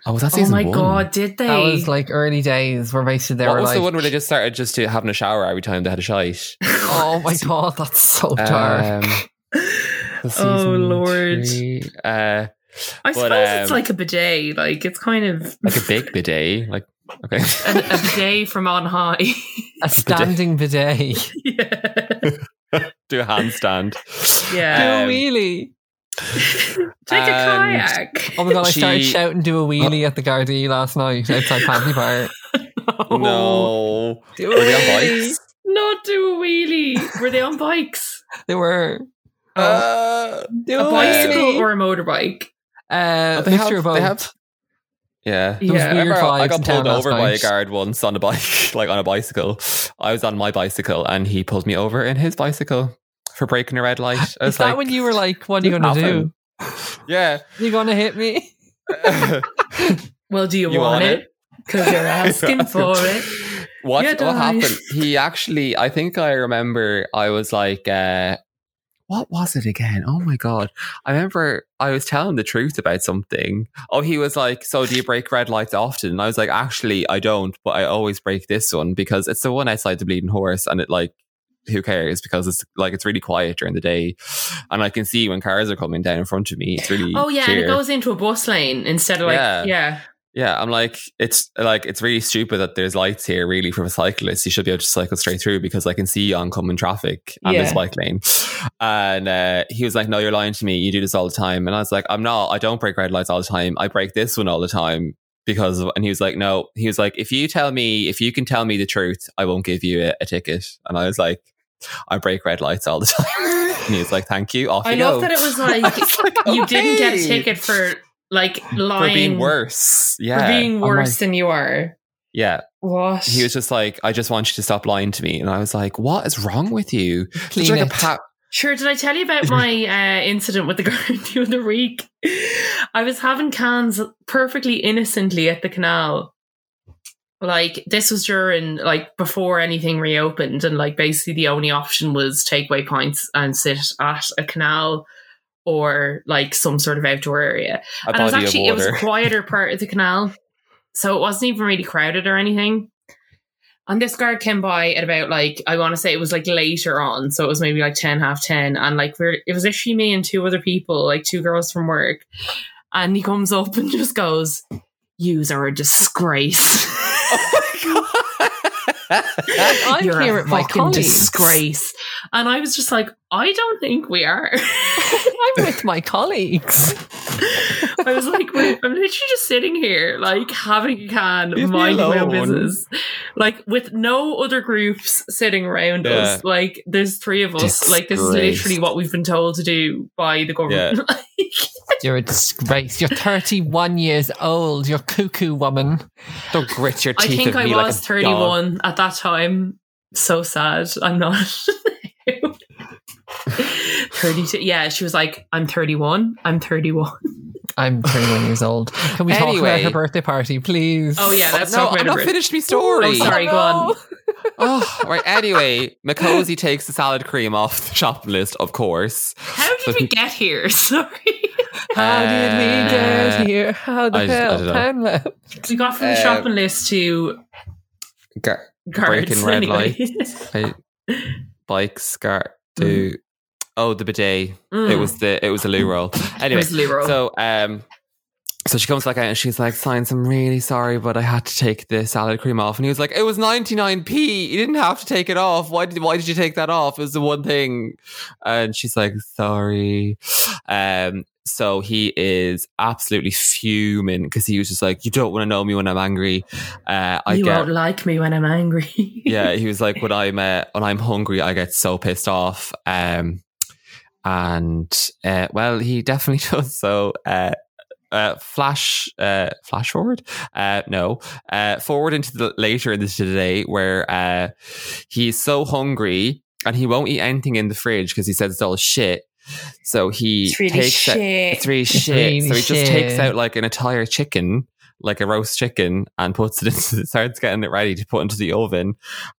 [SPEAKER 1] Oh, was that
[SPEAKER 3] oh
[SPEAKER 1] season
[SPEAKER 3] my
[SPEAKER 1] one?
[SPEAKER 3] god, did they?
[SPEAKER 2] That was like early days where basically they
[SPEAKER 1] What
[SPEAKER 2] were
[SPEAKER 1] was
[SPEAKER 2] like,
[SPEAKER 1] the one where they just started just to having a shower every time they had a shite?
[SPEAKER 2] "Oh my god, that's so dark."
[SPEAKER 1] Um, the
[SPEAKER 3] Oh,
[SPEAKER 1] season
[SPEAKER 3] Lord.
[SPEAKER 1] three, uh,
[SPEAKER 3] I
[SPEAKER 1] But,
[SPEAKER 3] suppose it's
[SPEAKER 1] um,
[SPEAKER 3] like a bidet. Like it's kind of
[SPEAKER 1] like a big bidet. Like, okay.
[SPEAKER 3] a, a bidet from on high.
[SPEAKER 2] a standing bidet.
[SPEAKER 3] yeah.
[SPEAKER 1] Do a handstand.
[SPEAKER 3] Yeah.
[SPEAKER 2] do
[SPEAKER 1] Um,
[SPEAKER 2] a wheelie.
[SPEAKER 3] Take a
[SPEAKER 1] and-
[SPEAKER 3] kayak.
[SPEAKER 2] Oh my god, I started
[SPEAKER 1] she-
[SPEAKER 2] shouting, "Do a wheelie" at the Gardie last night outside Padley Bar.
[SPEAKER 1] oh,
[SPEAKER 3] Oh.
[SPEAKER 1] No.
[SPEAKER 2] Do a
[SPEAKER 1] Were they on
[SPEAKER 2] wheelie.
[SPEAKER 1] bikes?
[SPEAKER 3] Not do a wheelie. Were they on bikes?
[SPEAKER 2] They were. Oh.
[SPEAKER 1] Uh,
[SPEAKER 2] Do
[SPEAKER 3] A
[SPEAKER 2] a
[SPEAKER 3] bicycle
[SPEAKER 2] wheelie.
[SPEAKER 3] or a motorbike?
[SPEAKER 2] Uh,
[SPEAKER 1] Oh, they
[SPEAKER 2] mixture
[SPEAKER 1] have-
[SPEAKER 2] of both.
[SPEAKER 1] they have- yeah.
[SPEAKER 2] There was
[SPEAKER 3] Yeah.
[SPEAKER 2] weird
[SPEAKER 1] Remember, I
[SPEAKER 2] vibes in
[SPEAKER 1] got pulled
[SPEAKER 2] town last
[SPEAKER 1] over by a
[SPEAKER 2] night.
[SPEAKER 1] guard once on a bike, like on a bicycle. I was on my bicycle and he pulled me over in his bicycle for breaking a red light. I was
[SPEAKER 2] Is that
[SPEAKER 1] like,
[SPEAKER 2] when you were like, "What are you
[SPEAKER 1] "This
[SPEAKER 2] gonna do?
[SPEAKER 1] yeah.
[SPEAKER 2] You gonna hit me?"
[SPEAKER 3] Well, do you,
[SPEAKER 1] You
[SPEAKER 3] want
[SPEAKER 1] want
[SPEAKER 3] it? Because you're asking for it.
[SPEAKER 1] What,
[SPEAKER 3] Yeah,
[SPEAKER 1] what
[SPEAKER 3] die.
[SPEAKER 1] happened? He actually, I think I remember I was like, uh, what was it again? Oh my God. I remember I was telling the truth about something. Oh, he was like, So do you break red lights often? And I was like, Actually, I don't, but I always break this one because it's the one outside the bleeding horse and it like, who cares? Because it's like it's really quiet during the day, and I can see when cars are coming down in front of me. It's really
[SPEAKER 3] Oh yeah, and it
[SPEAKER 1] clear.
[SPEAKER 3] goes into a bus lane instead of like
[SPEAKER 1] Yeah.
[SPEAKER 3] yeah.
[SPEAKER 1] Yeah, I'm like, it's like it's really stupid that there's lights here. Really, for a cyclist, you should be able to cycle straight through because I can see oncoming traffic and this
[SPEAKER 3] Yeah.
[SPEAKER 1] bike lane. And uh, he was like, "No, you're lying to me. You do this all the time." And I was like, "I'm not. I don't break red lights all the time. I break this one all the time because." Of, and he was like, "No." He was like, "If you tell me, if you can tell me the truth, I won't give you a, a ticket." And I was like, "I break red lights all the time." and he was like, "Thank you." Off
[SPEAKER 3] I
[SPEAKER 1] you
[SPEAKER 3] love
[SPEAKER 1] go.
[SPEAKER 3] that it was
[SPEAKER 1] I
[SPEAKER 3] like
[SPEAKER 1] was like,
[SPEAKER 3] you didn't get a
[SPEAKER 1] "Okay."
[SPEAKER 3] ticket for like
[SPEAKER 1] for
[SPEAKER 3] lying
[SPEAKER 1] being worse.
[SPEAKER 3] for
[SPEAKER 1] Yeah,
[SPEAKER 3] being
[SPEAKER 2] my-
[SPEAKER 3] worse than you are.
[SPEAKER 1] yeah.
[SPEAKER 3] What?
[SPEAKER 1] he was just like, I just want you to stop lying to me. And I was like, what is wrong with you? Such
[SPEAKER 2] Clean
[SPEAKER 1] like
[SPEAKER 2] it.
[SPEAKER 1] a pa-
[SPEAKER 3] Sure, did I tell you about my uh, incident with the guard the other week? I was having cans perfectly innocently at the canal. Like this was during like before anything reopened and like basically the only option was takeaway points and sit at a canal or like some sort of outdoor area.
[SPEAKER 1] a
[SPEAKER 3] and it was
[SPEAKER 1] body
[SPEAKER 3] actually it
[SPEAKER 1] of
[SPEAKER 3] was
[SPEAKER 1] water.
[SPEAKER 3] a quieter part of the canal. So it wasn't even really crowded or anything. And this guard came by at about like I want to say it was like later on, so it was maybe like ten, half ten, and like we're it was actually me and two other people, like two girls from work, and he comes up and just goes, "Yous are a disgrace."
[SPEAKER 2] I'm
[SPEAKER 3] You're
[SPEAKER 2] here
[SPEAKER 3] a
[SPEAKER 2] at my
[SPEAKER 3] fucking
[SPEAKER 2] colleagues.
[SPEAKER 3] disgrace, and I was just like, I don't think we are.
[SPEAKER 2] I'm with my colleagues.
[SPEAKER 3] I was like, wait, I'm literally just sitting here, like having a can,
[SPEAKER 1] Leave me
[SPEAKER 3] minding my own
[SPEAKER 1] alone.
[SPEAKER 3] business, like with no other groups sitting around
[SPEAKER 1] Yeah.
[SPEAKER 3] us. Like, there's three of us. Like, this is
[SPEAKER 1] Disgraced.
[SPEAKER 3] literally what we've been told to do by the government.
[SPEAKER 2] You're a disgrace. You're 31 years old. You're cuckoo woman.
[SPEAKER 1] Don't grit your
[SPEAKER 3] I
[SPEAKER 1] teeth.
[SPEAKER 3] think
[SPEAKER 1] at
[SPEAKER 3] I
[SPEAKER 1] me like
[SPEAKER 3] was
[SPEAKER 1] a
[SPEAKER 3] 31 at that time. So sad. I'm not. 32. Yeah, she was like, I'm 31. I'm 31.
[SPEAKER 2] I'm 31 years old. Can we talk about
[SPEAKER 1] Anyway.
[SPEAKER 2] her birthday party, please?
[SPEAKER 3] Oh, yeah,
[SPEAKER 1] dog.
[SPEAKER 3] let's
[SPEAKER 1] no,
[SPEAKER 3] talk about
[SPEAKER 1] I'm not
[SPEAKER 3] it.
[SPEAKER 1] finished my story.
[SPEAKER 3] Oh, sorry, go on.
[SPEAKER 1] Oh, right. Anyway, McCosy takes the salad cream off the shopping list, of course.
[SPEAKER 3] How did we get here? Sorry.
[SPEAKER 2] How did we
[SPEAKER 1] Uh,
[SPEAKER 2] get here? How the
[SPEAKER 1] I just- I
[SPEAKER 2] hell?
[SPEAKER 1] don't know.
[SPEAKER 2] Pamela?
[SPEAKER 3] We got from
[SPEAKER 1] Uh,
[SPEAKER 3] the shopping list to
[SPEAKER 1] gar-
[SPEAKER 3] guards.
[SPEAKER 1] Breaking red
[SPEAKER 3] anyway.
[SPEAKER 1] Bike scar. Do. Oh, the bidet.
[SPEAKER 3] Mm.
[SPEAKER 1] It was the it was a loo roll. Anyway,
[SPEAKER 3] was a loo roll.
[SPEAKER 1] So um, so she comes back out and she's like, "Science, I'm really sorry, but I had to take the salad cream off." And he was like, "It was 99p. You didn't have to take it off. Why did why did you take that off? It was the one thing." And she's like, "Sorry." Um. So he is absolutely fuming because he was just like, "You don't want to know me when I'm angry." Uh, I
[SPEAKER 3] you
[SPEAKER 1] get
[SPEAKER 3] won't like me when I'm angry.
[SPEAKER 1] yeah, he was like, when I'm uh, when I'm hungry, I get so pissed off. Um, and uh, well, he definitely does. So, uh, uh, flash, uh, flash forward. Uh, no, uh, forward into the later into today where uh, he's so hungry and he won't eat anything in the fridge because he says it's all shit. So he takes it-
[SPEAKER 3] shit.
[SPEAKER 1] it's really shit.
[SPEAKER 2] really
[SPEAKER 1] so he just takes
[SPEAKER 2] shit.
[SPEAKER 1] out like an entire chicken, like a roast chicken, and puts it into starts getting it ready to put into the oven.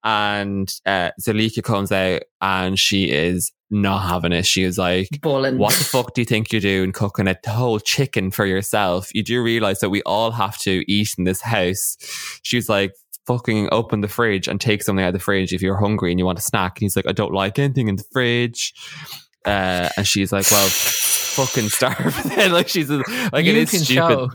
[SPEAKER 1] And uh Zalika comes out and she is not having it. She is like
[SPEAKER 3] Ballin'.
[SPEAKER 1] what the fuck do you think you're doing cooking a whole chicken for yourself? You do realize that we all have to eat in this house. She was like, fucking open the fridge and take something out of the fridge if you're hungry and you want a snack. And he's like, I don't like anything in the fridge. Uh, and she's like, well, fucking starve then. like she's a- like, it
[SPEAKER 2] you
[SPEAKER 1] is
[SPEAKER 2] can
[SPEAKER 1] stupid.
[SPEAKER 2] show.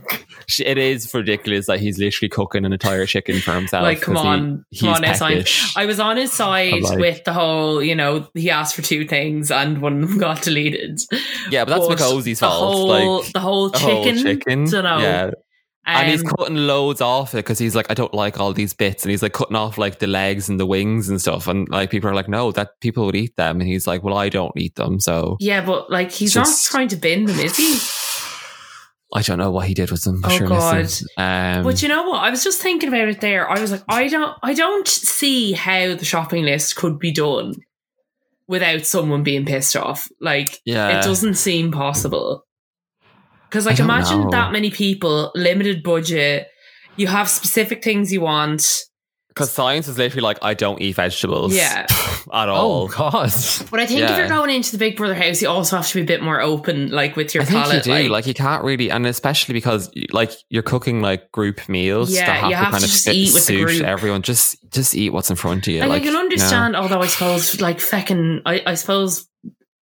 [SPEAKER 1] She, it is ridiculous that he's literally cooking an entire chicken for himself.
[SPEAKER 3] Like, come
[SPEAKER 1] 'cause he-
[SPEAKER 3] on.
[SPEAKER 1] he's
[SPEAKER 3] Come on, now, Simon.
[SPEAKER 1] peckish.
[SPEAKER 3] I was on his side
[SPEAKER 1] I like-
[SPEAKER 3] with the whole, you know, he asked for two things and one of them got deleted.
[SPEAKER 1] yeah, but that's
[SPEAKER 3] But
[SPEAKER 1] McCosy's
[SPEAKER 3] The
[SPEAKER 1] fault.
[SPEAKER 3] whole,
[SPEAKER 1] like,
[SPEAKER 3] the whole
[SPEAKER 1] a
[SPEAKER 3] chicken. dunno.
[SPEAKER 1] Yeah. and he's
[SPEAKER 3] Um,
[SPEAKER 1] cutting loads off it because he's like, I don't like all these bits, and he's like cutting off like the legs and the wings and stuff, and like people are like, no, that people would eat them, and he's like, well, I don't eat them, so
[SPEAKER 3] yeah, but like he's
[SPEAKER 1] Just-
[SPEAKER 3] not trying to bin them, is he?
[SPEAKER 1] I don't know what he did with them.
[SPEAKER 3] Oh,
[SPEAKER 1] sure,
[SPEAKER 3] God.
[SPEAKER 1] listen. Um,
[SPEAKER 3] But you know what? I was just thinking about it there. I was like, I don't I don't see how the shopping list could be done without someone being pissed off. Like
[SPEAKER 1] yeah,
[SPEAKER 3] it doesn't seem possible. Cause
[SPEAKER 1] Uh, I
[SPEAKER 3] like
[SPEAKER 1] don't
[SPEAKER 3] imagine
[SPEAKER 1] know.
[SPEAKER 3] that many people, limited budget, you have specific things you want.
[SPEAKER 1] Because science is literally like, I don't eat vegetables.
[SPEAKER 3] Yeah.
[SPEAKER 1] At
[SPEAKER 2] Oh,
[SPEAKER 1] all.
[SPEAKER 2] God.
[SPEAKER 3] But I think if
[SPEAKER 1] Yeah.
[SPEAKER 3] you're going into the Big Brother house, you also have to be a bit more open, like with your
[SPEAKER 1] I think you
[SPEAKER 3] palate.
[SPEAKER 1] do. Like, you can't really, and especially because like you're cooking like group meals
[SPEAKER 3] Yeah,
[SPEAKER 1] that have
[SPEAKER 3] you
[SPEAKER 1] to
[SPEAKER 3] have
[SPEAKER 1] kind
[SPEAKER 3] to
[SPEAKER 1] of
[SPEAKER 3] just
[SPEAKER 1] fit,
[SPEAKER 3] eat with the
[SPEAKER 1] suit
[SPEAKER 3] group.
[SPEAKER 1] everyone. Just just eat what's in front of you.
[SPEAKER 3] Like,
[SPEAKER 1] like
[SPEAKER 3] I can
[SPEAKER 1] no.
[SPEAKER 3] understand, although I suppose like feckin' I, I suppose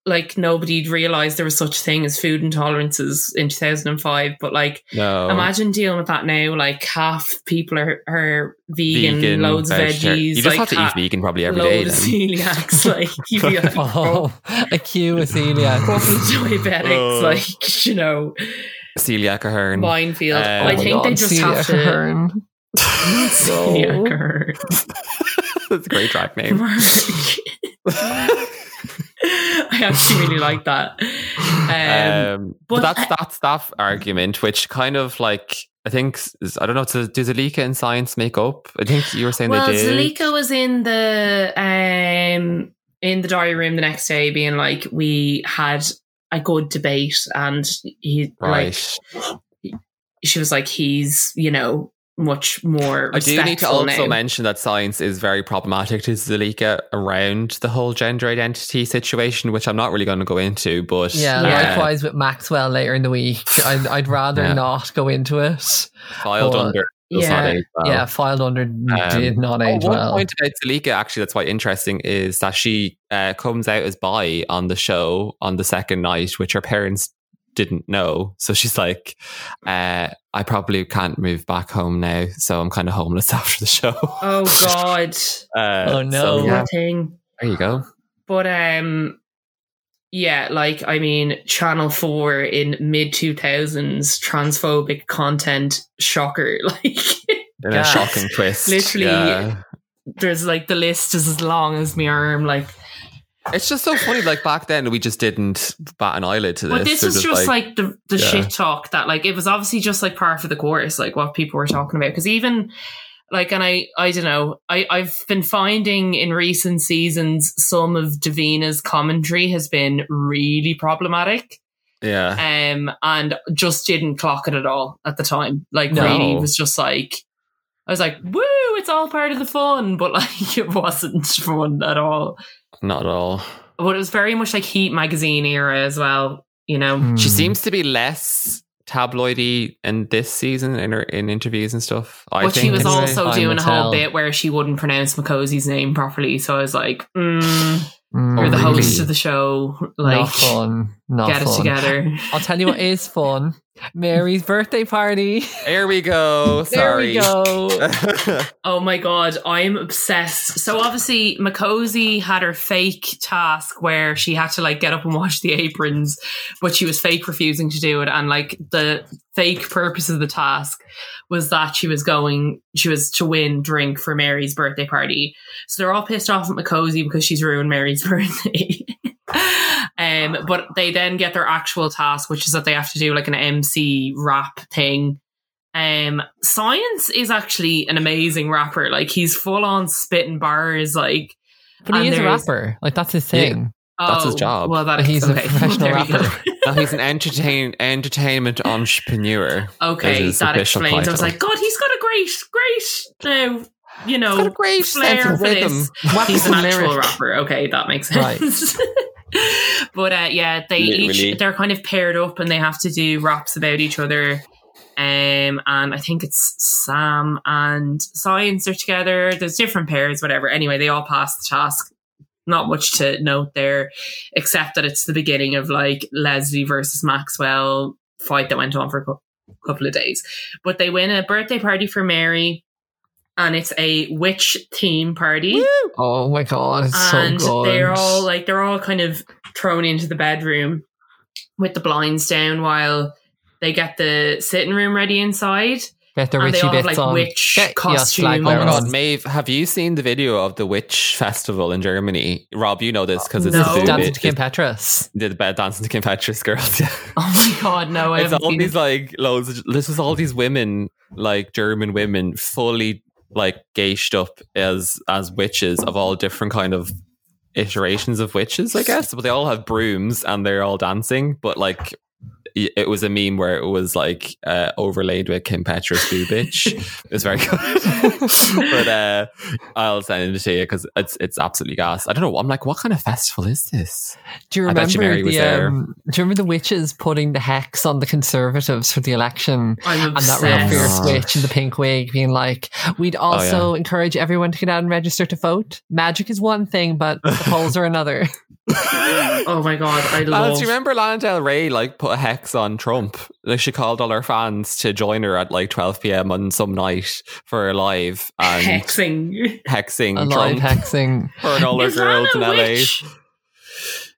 [SPEAKER 3] like nobody'd realised there was such a thing as food intolerances in two thousand and five, but like
[SPEAKER 1] No.
[SPEAKER 3] imagine dealing with that now, like half people are, are vegan,
[SPEAKER 1] vegan,
[SPEAKER 3] loads of
[SPEAKER 1] vegetarian.
[SPEAKER 3] veggies.
[SPEAKER 1] You just
[SPEAKER 3] like,
[SPEAKER 1] have to eat
[SPEAKER 3] ha-
[SPEAKER 1] vegan probably every day.
[SPEAKER 3] loads
[SPEAKER 1] Then.
[SPEAKER 3] of celiacs, like you'd be like,
[SPEAKER 2] Oh, a cue with Celia.
[SPEAKER 3] couple of diabetics,
[SPEAKER 1] Oh.
[SPEAKER 3] like you know,
[SPEAKER 1] Celiac Ahern.
[SPEAKER 3] minefield.
[SPEAKER 1] Uh,
[SPEAKER 3] I
[SPEAKER 1] Oh my
[SPEAKER 3] think they just have to.
[SPEAKER 2] Ahern.
[SPEAKER 3] Celiac Ahern.
[SPEAKER 1] That's a great track name.
[SPEAKER 3] I actually really like that. Um,
[SPEAKER 1] um,
[SPEAKER 3] but
[SPEAKER 1] but that's
[SPEAKER 3] I-
[SPEAKER 1] that's that argument, which kind of like I think s- I don't know. Does, does Alika and science make up? I think you were saying
[SPEAKER 3] well,
[SPEAKER 1] they did.
[SPEAKER 3] Zalika was in the um, in the diary room the next day, being like, "We had a good debate," and he like
[SPEAKER 1] right?
[SPEAKER 3] she was like, "He's you know much more."
[SPEAKER 1] I do need to
[SPEAKER 3] respectful
[SPEAKER 1] also
[SPEAKER 3] now."
[SPEAKER 1] mention that science is very problematic to Zalika around the whole gender identity situation, which I'm not really going to go into. But
[SPEAKER 2] Yeah,
[SPEAKER 1] uh,
[SPEAKER 2] likewise with Maxwell later in the week. I'd, I'd rather
[SPEAKER 1] Yeah.
[SPEAKER 2] not go into it.
[SPEAKER 1] um, filed
[SPEAKER 2] But-
[SPEAKER 1] under. oh, does not
[SPEAKER 3] Yeah,
[SPEAKER 1] age well.
[SPEAKER 2] yeah, filed under did not
[SPEAKER 1] Oh,
[SPEAKER 2] age
[SPEAKER 1] one
[SPEAKER 2] well.
[SPEAKER 1] point about Salika, actually, that's quite interesting, is that she uh, comes out as bi on the show on the second night, which her parents didn't know. So she's like, uh, I probably can't move back home now, so I'm kind of homeless after the show.
[SPEAKER 3] Oh God,
[SPEAKER 1] Uh,
[SPEAKER 2] Oh,
[SPEAKER 1] so,
[SPEAKER 2] no.
[SPEAKER 1] yeah,
[SPEAKER 3] poor thing.
[SPEAKER 1] there you go.
[SPEAKER 3] But um yeah, like I mean Channel 4 in mid 2000s transphobic content shocker like
[SPEAKER 1] In
[SPEAKER 2] Yeah.
[SPEAKER 1] a shocking twist.
[SPEAKER 3] Literally.
[SPEAKER 1] Yeah.
[SPEAKER 3] there's like the list is as long as my arm like
[SPEAKER 1] It's just so funny. Like back then, we just didn't bat an eyelid to this.
[SPEAKER 3] but this
[SPEAKER 1] They're
[SPEAKER 3] was just, like, the the
[SPEAKER 1] yeah.
[SPEAKER 3] shit talk that like it was obviously just like par for the course like what people were talking about because even like and I I don't know I I've been finding in recent seasons some of Davina's commentary has been really problematic
[SPEAKER 1] yeah.
[SPEAKER 3] um, and just didn't clock it at all at the time. Like,
[SPEAKER 2] No.
[SPEAKER 3] really was just like, I was like, woo, it's all part of the fun, but like, it wasn't fun at all.
[SPEAKER 1] Not at all.
[SPEAKER 3] But it was very much like Heat magazine era as well, you know?
[SPEAKER 2] Hmm.
[SPEAKER 1] She seems to be less tabloidy in this season in her in interviews and stuff. I
[SPEAKER 3] but
[SPEAKER 1] think
[SPEAKER 3] she was
[SPEAKER 1] anyway.
[SPEAKER 2] all-
[SPEAKER 3] also
[SPEAKER 2] Time
[SPEAKER 3] doing a
[SPEAKER 2] will
[SPEAKER 3] whole
[SPEAKER 2] tell.
[SPEAKER 3] bit where she wouldn't pronounce Makozi's name properly. So I was like, mm,
[SPEAKER 2] Mm,
[SPEAKER 3] you're the
[SPEAKER 1] really?
[SPEAKER 3] host of the show.
[SPEAKER 2] not
[SPEAKER 3] Like,
[SPEAKER 2] fun. Not
[SPEAKER 3] get it
[SPEAKER 2] fun.
[SPEAKER 3] together.
[SPEAKER 2] I'll tell you what is fun. Mary's birthday party.
[SPEAKER 1] There we go.
[SPEAKER 2] There
[SPEAKER 1] Sorry.
[SPEAKER 2] we go.
[SPEAKER 3] Oh my god, I'm obsessed. So obviously Makosi had her fake task where she had to like get up and wash the aprons, but she was fake refusing to do it and like the fake purpose of the task was that she was going she was to win drink for Mary's birthday party. So they're all pissed off at Makosi because she's ruined Mary's birthday. um but they then get their actual task which is that they have to do like an MC rap thing um, Science is actually an amazing rapper. Like he's full on spitting bars. Like
[SPEAKER 2] But he
[SPEAKER 3] And
[SPEAKER 2] is a
[SPEAKER 3] there's-
[SPEAKER 2] rapper. Like that's his thing.
[SPEAKER 3] oh,
[SPEAKER 1] That's his job.
[SPEAKER 3] Well, that
[SPEAKER 2] But
[SPEAKER 3] is
[SPEAKER 2] he's a
[SPEAKER 3] okay.
[SPEAKER 2] professional
[SPEAKER 3] There you go.
[SPEAKER 2] rapper.
[SPEAKER 1] now he's an entertain entertainment entrepreneur. Is
[SPEAKER 3] Okay,
[SPEAKER 1] his
[SPEAKER 3] that
[SPEAKER 1] official
[SPEAKER 3] explains. I was
[SPEAKER 1] title.
[SPEAKER 3] like, God, he's got a great, great, uh, you
[SPEAKER 1] He's got a
[SPEAKER 3] know,
[SPEAKER 1] great sense
[SPEAKER 3] flair
[SPEAKER 1] of
[SPEAKER 3] for
[SPEAKER 1] rhythm.
[SPEAKER 3] this. He's an
[SPEAKER 2] some
[SPEAKER 3] actual
[SPEAKER 2] lyric.
[SPEAKER 3] rapper. Okay, that makes
[SPEAKER 2] Right.
[SPEAKER 3] sense. but uh, yeah, they
[SPEAKER 1] Literally.
[SPEAKER 3] each they're kind of paired up and they have to do raps about each other. Um, and I think it's Sam and Science are together. There's different pairs, whatever. Anyway, they all pass the task. Not much to note there, except that it's the beginning of like Leslie versus Maxwell fight that went on for a cou- couple of days. But they win a birthday party for Mary, and it's a witch theme party
[SPEAKER 2] Oh my god, it's
[SPEAKER 3] and
[SPEAKER 2] so good.
[SPEAKER 3] they're all like they're all kind of thrown into the bedroom with the blinds down while they get the sitting room ready inside
[SPEAKER 2] get the
[SPEAKER 3] and they
[SPEAKER 2] Richie
[SPEAKER 3] all have
[SPEAKER 2] bits
[SPEAKER 3] like
[SPEAKER 2] on.
[SPEAKER 3] witch
[SPEAKER 2] Get your
[SPEAKER 3] costumes
[SPEAKER 2] flag
[SPEAKER 1] Oh my
[SPEAKER 2] Hold
[SPEAKER 1] god,
[SPEAKER 2] on.
[SPEAKER 1] Maeve, have you seen the video of the witch festival in Germany? Rob, you know this because it's
[SPEAKER 3] No.
[SPEAKER 1] the
[SPEAKER 2] Dancing to
[SPEAKER 1] Kim-
[SPEAKER 2] Kim Petras.
[SPEAKER 1] the bad dancing to Kim Petras girls. Yeah.
[SPEAKER 3] oh my god no I
[SPEAKER 1] it's
[SPEAKER 3] haven't
[SPEAKER 1] all
[SPEAKER 3] seen
[SPEAKER 1] these
[SPEAKER 3] it.
[SPEAKER 1] like loads. Of, this is all these women, like German women, fully like gauged up as as witches of all different kind of iterations of witches, I guess. But they all have brooms and they're all dancing, but like it was a meme where it was like uh, overlaid with Kim Petra's "boo bitch." it was very good, but uh, I'll send it to you because it's it's absolutely gas. I don't know. I'm like, what kind of festival is this?
[SPEAKER 2] Do you
[SPEAKER 1] I bet you
[SPEAKER 2] remember
[SPEAKER 1] Mary was
[SPEAKER 2] the
[SPEAKER 1] there.
[SPEAKER 2] um, Do you remember the witches putting the hex on the conservatives for the election?
[SPEAKER 3] I'm
[SPEAKER 2] And that
[SPEAKER 3] obsessed.
[SPEAKER 2] real fierce
[SPEAKER 1] Yes.
[SPEAKER 2] witch in the pink wig being like,
[SPEAKER 1] Oh,
[SPEAKER 2] we'd also encourage everyone to get out and register to vote. Magic is one thing, but the polls are another.
[SPEAKER 3] Oh my god, I
[SPEAKER 1] Alice,
[SPEAKER 3] love.
[SPEAKER 1] do you remember Lana Del Rey like put a hex on Trump? Like she called all her fans to join her at like 12 p.m. on some night for a live and
[SPEAKER 3] hexing?
[SPEAKER 1] hexing
[SPEAKER 2] A
[SPEAKER 1] Trump
[SPEAKER 2] live hexing.
[SPEAKER 1] her and all her
[SPEAKER 3] Is Lana
[SPEAKER 1] girls in
[SPEAKER 3] a
[SPEAKER 1] LA.
[SPEAKER 3] witch?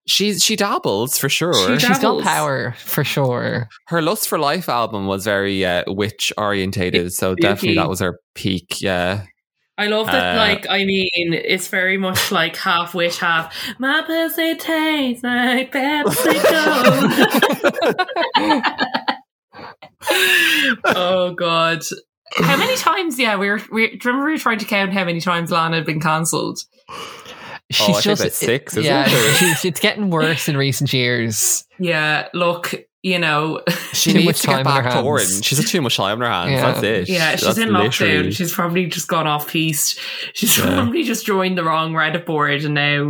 [SPEAKER 1] She she dabbles for sure.
[SPEAKER 3] She
[SPEAKER 2] She's got
[SPEAKER 3] Devils.
[SPEAKER 2] power for sure.
[SPEAKER 1] her Lust for Life album was very uh, witch orientated, so
[SPEAKER 3] Spooky.
[SPEAKER 1] definitely that was her peak. Yeah,
[SPEAKER 3] I love that.
[SPEAKER 1] Uh,
[SPEAKER 3] like, I mean, it's very much like half witch, half my pussy tastes like PepsiCo. oh god, how many times? Yeah, we were. We, do you remember we were trying to count how many times Lana had been cancelled?
[SPEAKER 1] I
[SPEAKER 2] She's
[SPEAKER 1] Oh, think
[SPEAKER 2] just
[SPEAKER 1] about six, isn't
[SPEAKER 2] yeah,
[SPEAKER 1] it?
[SPEAKER 2] she's, it's getting worse in recent years.
[SPEAKER 3] Yeah, look, you know,
[SPEAKER 1] she
[SPEAKER 2] Too
[SPEAKER 1] needs
[SPEAKER 2] much
[SPEAKER 1] to get
[SPEAKER 2] time on her
[SPEAKER 1] back touring.
[SPEAKER 2] hands.
[SPEAKER 1] She's had too much time on her hands.
[SPEAKER 2] Yeah.
[SPEAKER 1] That's it.
[SPEAKER 3] yeah, she's
[SPEAKER 1] That's
[SPEAKER 3] in lockdown.
[SPEAKER 1] literally-
[SPEAKER 3] She's probably just gone off piste. She's
[SPEAKER 1] Yeah.
[SPEAKER 3] probably just joined the wrong Reddit board, and now you know.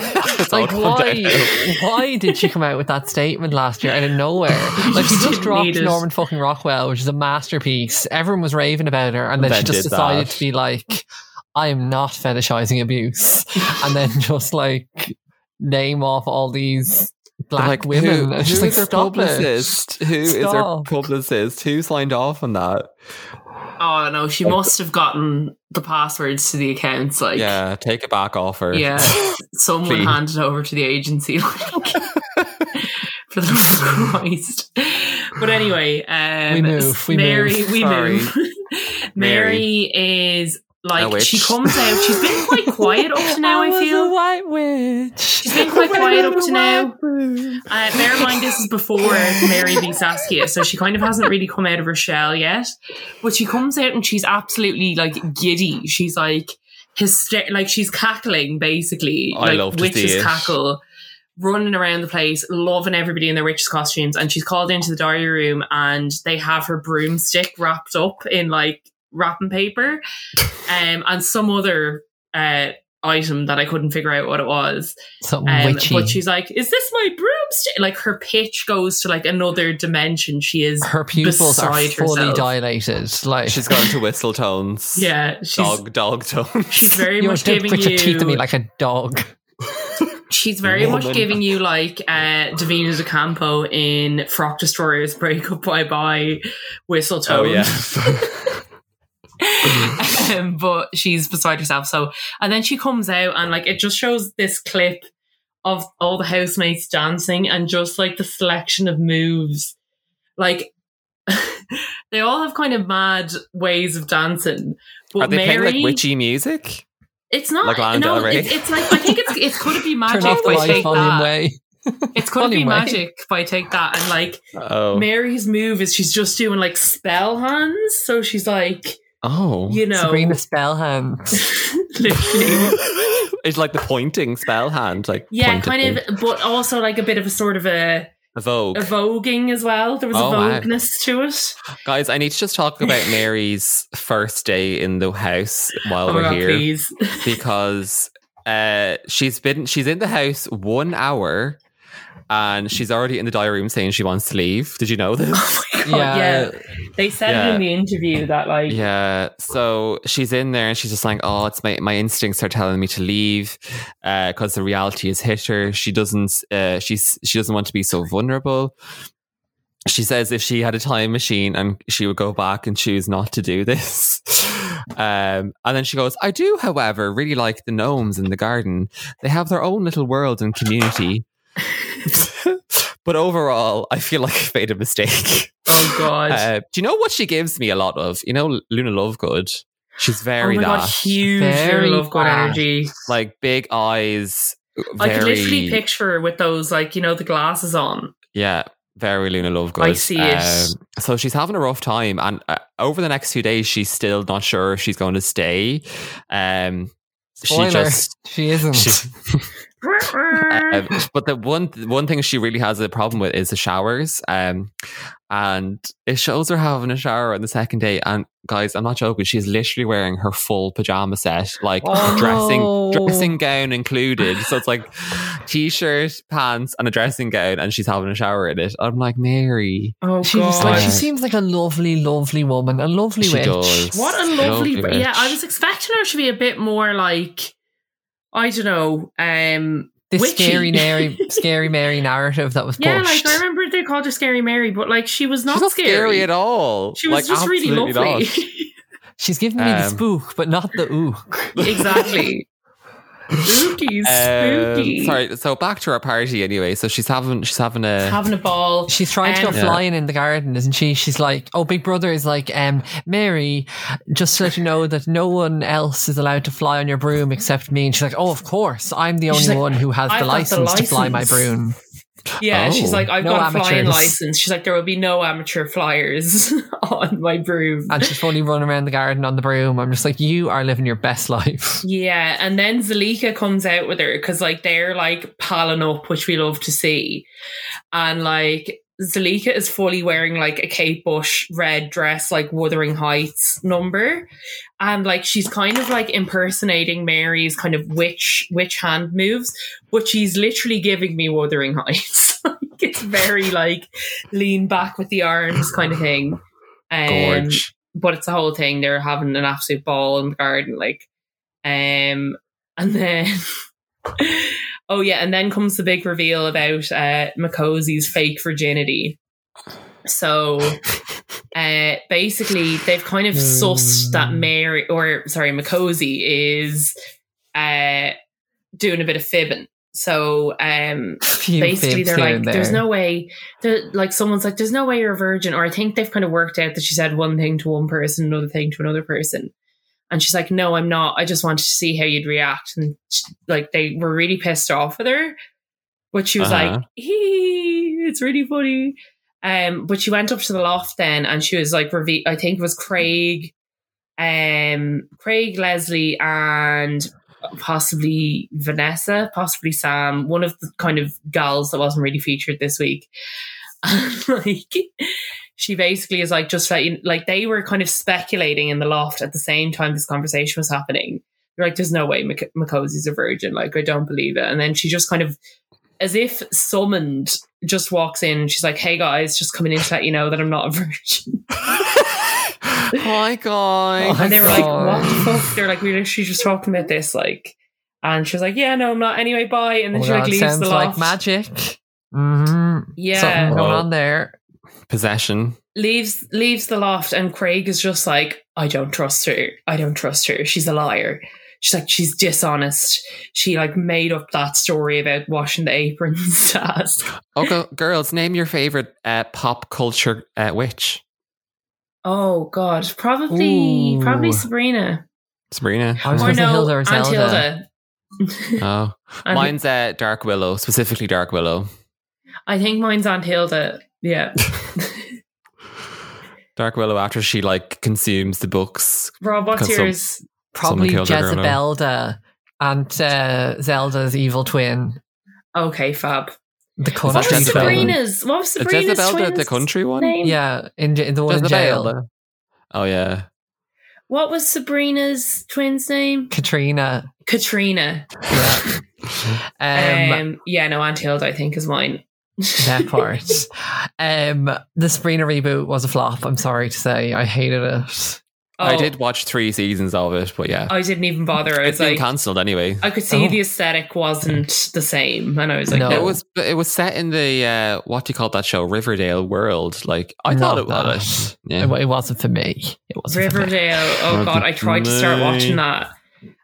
[SPEAKER 1] It's all
[SPEAKER 2] Like
[SPEAKER 1] gone
[SPEAKER 2] why?
[SPEAKER 1] downhill.
[SPEAKER 2] why did she come out with that statement last year out of nowhere? Like
[SPEAKER 3] just
[SPEAKER 2] she just
[SPEAKER 3] didn't
[SPEAKER 2] dropped
[SPEAKER 3] need it.
[SPEAKER 2] Norman fucking Rockwell, which is a masterpiece. Everyone was raving about her, and then
[SPEAKER 1] Then
[SPEAKER 2] she just
[SPEAKER 1] did
[SPEAKER 2] decided
[SPEAKER 1] that.
[SPEAKER 2] to be like, "I am not fetishizing abuse," and then just like name off all these black
[SPEAKER 1] like
[SPEAKER 2] women.
[SPEAKER 1] Who,
[SPEAKER 2] and she's
[SPEAKER 1] who
[SPEAKER 2] like,
[SPEAKER 1] is their
[SPEAKER 2] "Stop it."
[SPEAKER 1] publicist? Who is their
[SPEAKER 2] Stop.
[SPEAKER 1] publicist? Who signed off on that?
[SPEAKER 3] Oh no, she must have gotten the passwords to the accounts. Like,
[SPEAKER 1] yeah, take it back off her.
[SPEAKER 3] yeah, someone
[SPEAKER 1] Please.
[SPEAKER 3] handed over to the agency. Like, for the love of Christ. But anyway, um,
[SPEAKER 2] We move, we
[SPEAKER 3] Mary,
[SPEAKER 2] move.
[SPEAKER 3] we
[SPEAKER 1] Sorry.
[SPEAKER 3] move. Mary is
[SPEAKER 1] A
[SPEAKER 3] like
[SPEAKER 1] witch.
[SPEAKER 3] she comes out. She's been quite quiet up to now. I,
[SPEAKER 2] was
[SPEAKER 3] feel
[SPEAKER 2] a white witch.
[SPEAKER 3] she's been quite quiet up to now. Uh, bear in mind, this is before Mary v. Saskia, so she kind of hasn't really come out of her shell yet. But she comes out and she's absolutely like giddy. She's like hyster- like she's cackling basically.
[SPEAKER 1] I
[SPEAKER 3] like,
[SPEAKER 1] love to see
[SPEAKER 3] witches
[SPEAKER 1] it.
[SPEAKER 3] cackle, running around the place, loving everybody in their witches costumes. And she's called into the diary room, and they have her broomstick wrapped up in like wrapping paper, um, and some other uh item that I couldn't figure out what it was.
[SPEAKER 2] Something
[SPEAKER 3] Um,
[SPEAKER 2] witchy.
[SPEAKER 3] but she's like, "Is this my broomstick?" Like her pitch goes to like another dimension. She is,
[SPEAKER 2] her pupils are fully
[SPEAKER 3] beside herself.
[SPEAKER 2] dilated. Like
[SPEAKER 1] She's gone to whistle tones.
[SPEAKER 3] yeah, she's
[SPEAKER 1] dog dog tones.
[SPEAKER 3] she's very
[SPEAKER 2] You're
[SPEAKER 3] much
[SPEAKER 2] dead,
[SPEAKER 3] giving
[SPEAKER 2] grit
[SPEAKER 3] you.
[SPEAKER 2] your teeth at me like a dog.
[SPEAKER 3] she's very much
[SPEAKER 1] Woman.
[SPEAKER 3] giving you like uh, Davina De Campo in Frock Destroyers "Breakup Bye Bye" whistle tone.
[SPEAKER 1] Oh yeah.
[SPEAKER 3] um, but she's beside herself. So, and then she comes out and like it just shows this clip of all the housemates dancing and just like the selection of moves. Like they all have kind of mad ways of dancing. But
[SPEAKER 1] Are they
[SPEAKER 3] Mary,
[SPEAKER 1] playing like witchy music?
[SPEAKER 3] It's not.
[SPEAKER 1] like Lana
[SPEAKER 3] no,
[SPEAKER 1] Del Rey?
[SPEAKER 3] it's, it's like I think it's it could be magic
[SPEAKER 2] Turn off the
[SPEAKER 3] by
[SPEAKER 2] light
[SPEAKER 3] take
[SPEAKER 2] volume
[SPEAKER 3] that.
[SPEAKER 2] way.
[SPEAKER 3] It's could be
[SPEAKER 2] Volume way.
[SPEAKER 3] magic by take that. And like
[SPEAKER 1] Oh.
[SPEAKER 3] Mary's move is she's just doing like spell hands. So she's like,
[SPEAKER 1] oh.
[SPEAKER 3] you know,
[SPEAKER 2] Sabrina Spellhand.
[SPEAKER 3] literally.
[SPEAKER 1] it's like the pointing spell hand, like
[SPEAKER 3] Yeah,
[SPEAKER 1] pointed
[SPEAKER 3] kind
[SPEAKER 1] thing.
[SPEAKER 3] of, but also like a bit of a sort of a,
[SPEAKER 1] a vogue.
[SPEAKER 3] a voguing as well. There was
[SPEAKER 1] Oh,
[SPEAKER 3] a
[SPEAKER 1] wow.
[SPEAKER 3] vogueness to it.
[SPEAKER 1] Guys, I need to just talk about Mary's first day in the house while
[SPEAKER 3] Oh, my
[SPEAKER 1] we're
[SPEAKER 3] God,
[SPEAKER 1] here
[SPEAKER 3] please.
[SPEAKER 1] because uh, she's been she's in the house one hour and she's already in the diary room saying she wants to leave. Did you know this?
[SPEAKER 3] God, Oh, yeah. They said
[SPEAKER 1] Yeah.
[SPEAKER 3] it in the interview that like
[SPEAKER 1] Yeah. So she's in there and she's just like, oh, it's my, my instincts are telling me to leave because the reality has hit her. She doesn't, uh, she's, she doesn't want to be so vulnerable. She says if she had a time machine and she would go back and choose not to do this. Um, and then she goes, I do, however, really like the gnomes in the garden. They have their own little world and community. but overall, I feel like I've made a mistake.
[SPEAKER 3] oh god.
[SPEAKER 1] Uh, do you know what she gives me a lot of? You know, Luna Lovegood. She's
[SPEAKER 3] oh my
[SPEAKER 1] very
[SPEAKER 3] god,
[SPEAKER 1] that,
[SPEAKER 3] huge
[SPEAKER 2] Very
[SPEAKER 3] love god
[SPEAKER 2] bad.
[SPEAKER 3] energy.
[SPEAKER 1] like big eyes.
[SPEAKER 3] I could literally
[SPEAKER 1] Very,
[SPEAKER 3] picture her with those like, you know, the glasses on.
[SPEAKER 1] yeah, very Luna Lovegood. Um,
[SPEAKER 3] I see it.
[SPEAKER 1] so she's having a rough time, and uh, over the next few days, she's still not sure if she's going to stay. Um, she
[SPEAKER 2] Spoiler.
[SPEAKER 1] just
[SPEAKER 2] She isn't.
[SPEAKER 1] she, Uh, but the one one thing she really has a problem with is the showers. Um, and it shows her having a shower on the second day. And guys, I'm not joking. She's literally wearing her full pajama set, like
[SPEAKER 2] Oh,
[SPEAKER 1] dressing
[SPEAKER 4] no.
[SPEAKER 1] dressing
[SPEAKER 3] Oh.
[SPEAKER 1] gown included. So it's like t-shirt, pants, and a dressing gown, and she's having a shower in it. I'm like Mary.
[SPEAKER 3] oh
[SPEAKER 2] She just
[SPEAKER 3] god.
[SPEAKER 2] like she
[SPEAKER 1] God.
[SPEAKER 2] seems like a lovely, lovely woman, a lovely
[SPEAKER 1] She
[SPEAKER 2] witch.
[SPEAKER 1] does.
[SPEAKER 3] What a lovely,
[SPEAKER 1] Lovely
[SPEAKER 3] yeah.
[SPEAKER 1] bitch.
[SPEAKER 3] I was expecting her to be a bit more like I don't know. Um,
[SPEAKER 2] This
[SPEAKER 3] Witchy.
[SPEAKER 2] scary, Mary, scary Mary narrative that was pushed.
[SPEAKER 3] yeah, like I remember they called her Scary Mary, but like she was not,
[SPEAKER 1] She's not scary. at all.
[SPEAKER 3] She was
[SPEAKER 1] Like,
[SPEAKER 3] just really
[SPEAKER 1] absolutely
[SPEAKER 3] lovely.
[SPEAKER 1] not.
[SPEAKER 2] She's giving me the
[SPEAKER 1] Um,
[SPEAKER 2] spook, but not the ook.
[SPEAKER 3] exactly. Spooky,
[SPEAKER 1] Um,
[SPEAKER 3] spooky.
[SPEAKER 1] sorry. So back to our party anyway. So she's having she's having a
[SPEAKER 3] Having a ball.
[SPEAKER 2] She's trying to go
[SPEAKER 3] Um,
[SPEAKER 1] Yeah.
[SPEAKER 2] flying in the garden, isn't she? She's like, oh, Big Brother is like, um, Mary, just to let you know that no one else is allowed to fly on your broom except me. And she's like, oh, of course, I'm the
[SPEAKER 3] She's
[SPEAKER 2] only
[SPEAKER 3] like,
[SPEAKER 2] one who has
[SPEAKER 3] "I've
[SPEAKER 2] the
[SPEAKER 3] got the
[SPEAKER 2] license, to fly my
[SPEAKER 3] license."
[SPEAKER 2] broom.
[SPEAKER 3] Yeah,
[SPEAKER 1] Oh.
[SPEAKER 3] she's like, I've
[SPEAKER 2] No
[SPEAKER 3] got a flying
[SPEAKER 2] amateurs.
[SPEAKER 3] license. She's like, there will be no amateur flyers on my broom.
[SPEAKER 2] And she's fully running around the garden on the broom. I'm just like, you are living your best life.
[SPEAKER 3] Yeah, and then Zalika comes out with her because like they're like palling up, which we love to see, and like Zalika is fully wearing like a Kate Bush red dress, like Wuthering Heights number, and like she's kind of like impersonating Mary's kind of witch witch hand moves, but she's literally giving me Wuthering Heights. like, it's very like lean back with the arms kind of thing. Um,
[SPEAKER 1] gorge.
[SPEAKER 3] but it's the whole thing. They're having an absolute ball in the garden, like, um, and then, oh yeah, and then comes the big reveal about uh, Makozi's fake virginity. So, uh, basically, they've kind of sussed that Mary, or sorry, Makozy is uh doing a bit of fibbing. So, um,
[SPEAKER 2] Few
[SPEAKER 3] basically
[SPEAKER 2] fibs
[SPEAKER 3] they're
[SPEAKER 2] here
[SPEAKER 3] like
[SPEAKER 2] and there.
[SPEAKER 3] there's no way they're- like someone's like there's no way you're a virgin or i think they've kind of worked out that she said one thing to one person another thing to another person and she's like no i'm not i just wanted to see how you'd react and she, like they were really pissed off with her but she was
[SPEAKER 1] Uh-huh.
[SPEAKER 3] like hee it's really funny um but she went up to the loft then and she was like reve- i think it was craig um craig leslie and possibly Vanessa, possibly Sam, one of the kind of gals that wasn't really featured this week. like she basically is like just like, like they were kind of speculating in the loft at the same time this conversation was happening. They're like, "There's no way Mac- Makozi's a virgin. Like, I don't believe it." And then she just kind of, as if summoned, just walks in. She's like, "Hey guys, just coming in to let you know that I'm not a virgin."
[SPEAKER 1] Hi guys.
[SPEAKER 2] Oh,
[SPEAKER 3] and they were like, "What the
[SPEAKER 2] God.
[SPEAKER 3] fuck?" They're like, "We literally just talking about this." Like, and she was like, "Yeah, no, I'm not. Anyway, bye." And then
[SPEAKER 2] Oh
[SPEAKER 3] she like
[SPEAKER 2] God,
[SPEAKER 3] leaves
[SPEAKER 2] sounds
[SPEAKER 3] the
[SPEAKER 2] like
[SPEAKER 3] loft.
[SPEAKER 2] magic. hmm
[SPEAKER 3] yeah,
[SPEAKER 2] Something going
[SPEAKER 1] Well-
[SPEAKER 2] on there.
[SPEAKER 1] Possession.
[SPEAKER 3] leaves leaves the loft, and Craig is just like, "I don't trust her. I don't trust her. She's a liar." She's like, she's dishonest. She like made up that story about washing the aprons task.
[SPEAKER 1] Okay, Oh, girls, name your favorite uh, pop culture uh, witch.
[SPEAKER 3] Oh God, probably
[SPEAKER 2] Ooh.
[SPEAKER 3] probably Sabrina
[SPEAKER 1] Sabrina.
[SPEAKER 2] I was
[SPEAKER 3] or
[SPEAKER 2] going to say
[SPEAKER 3] no,
[SPEAKER 2] Hilda or
[SPEAKER 3] Aunt
[SPEAKER 2] Zelda.
[SPEAKER 3] Hilda.
[SPEAKER 1] Oh,
[SPEAKER 3] Aunt-
[SPEAKER 1] mine's uh, Dark Willow, specifically Dark Willow.
[SPEAKER 3] I think mine's Aunt Hilda. Yeah.
[SPEAKER 1] Dark Willow after she like consumes the books.
[SPEAKER 3] Rob, what's
[SPEAKER 1] Got some-
[SPEAKER 3] yours?
[SPEAKER 2] Probably
[SPEAKER 1] Someone killed her, girl, no?
[SPEAKER 2] Jezebelda and uh, Zelda's evil twin,
[SPEAKER 3] Okay, fab.
[SPEAKER 2] the
[SPEAKER 1] Is
[SPEAKER 2] country
[SPEAKER 3] What
[SPEAKER 1] that
[SPEAKER 3] was
[SPEAKER 1] Jezebel?
[SPEAKER 2] twin.
[SPEAKER 3] Sabrina's? What was
[SPEAKER 1] Is
[SPEAKER 3] Sabrina's
[SPEAKER 1] Uh, Jezebel the,
[SPEAKER 3] twin's
[SPEAKER 1] the country one?
[SPEAKER 3] name?
[SPEAKER 2] Yeah, in, j- in the one in jail.
[SPEAKER 1] Jezebel. Oh yeah.
[SPEAKER 3] What was Sabrina's twin's name?
[SPEAKER 2] Katrina.
[SPEAKER 3] Katrina.
[SPEAKER 2] Yeah.
[SPEAKER 3] Um,
[SPEAKER 2] Um,
[SPEAKER 3] yeah, no, Aunt Hilda, I think, is mine.
[SPEAKER 2] that part. Um, the Sabrina reboot was a flop. I'm sorry to say, I hated it.
[SPEAKER 1] I
[SPEAKER 3] Oh,
[SPEAKER 1] did watch three seasons of it, but yeah.
[SPEAKER 3] I didn't even bother. I
[SPEAKER 1] it's
[SPEAKER 3] was
[SPEAKER 1] been
[SPEAKER 3] like,
[SPEAKER 1] cancelled anyway.
[SPEAKER 3] I could see
[SPEAKER 2] Oh.
[SPEAKER 3] the aesthetic wasn't the same, and I was like,
[SPEAKER 2] No.
[SPEAKER 3] no.
[SPEAKER 1] It was it was set in the uh, what do you call that show? Riverdale world. Like I
[SPEAKER 2] Not
[SPEAKER 1] thought it
[SPEAKER 2] that.
[SPEAKER 1] was. Yeah.
[SPEAKER 2] It, it wasn't for me. It wasn't for me.
[SPEAKER 3] Riverdale. Oh
[SPEAKER 1] Not
[SPEAKER 3] God, I tried to start
[SPEAKER 1] me.
[SPEAKER 3] watching that,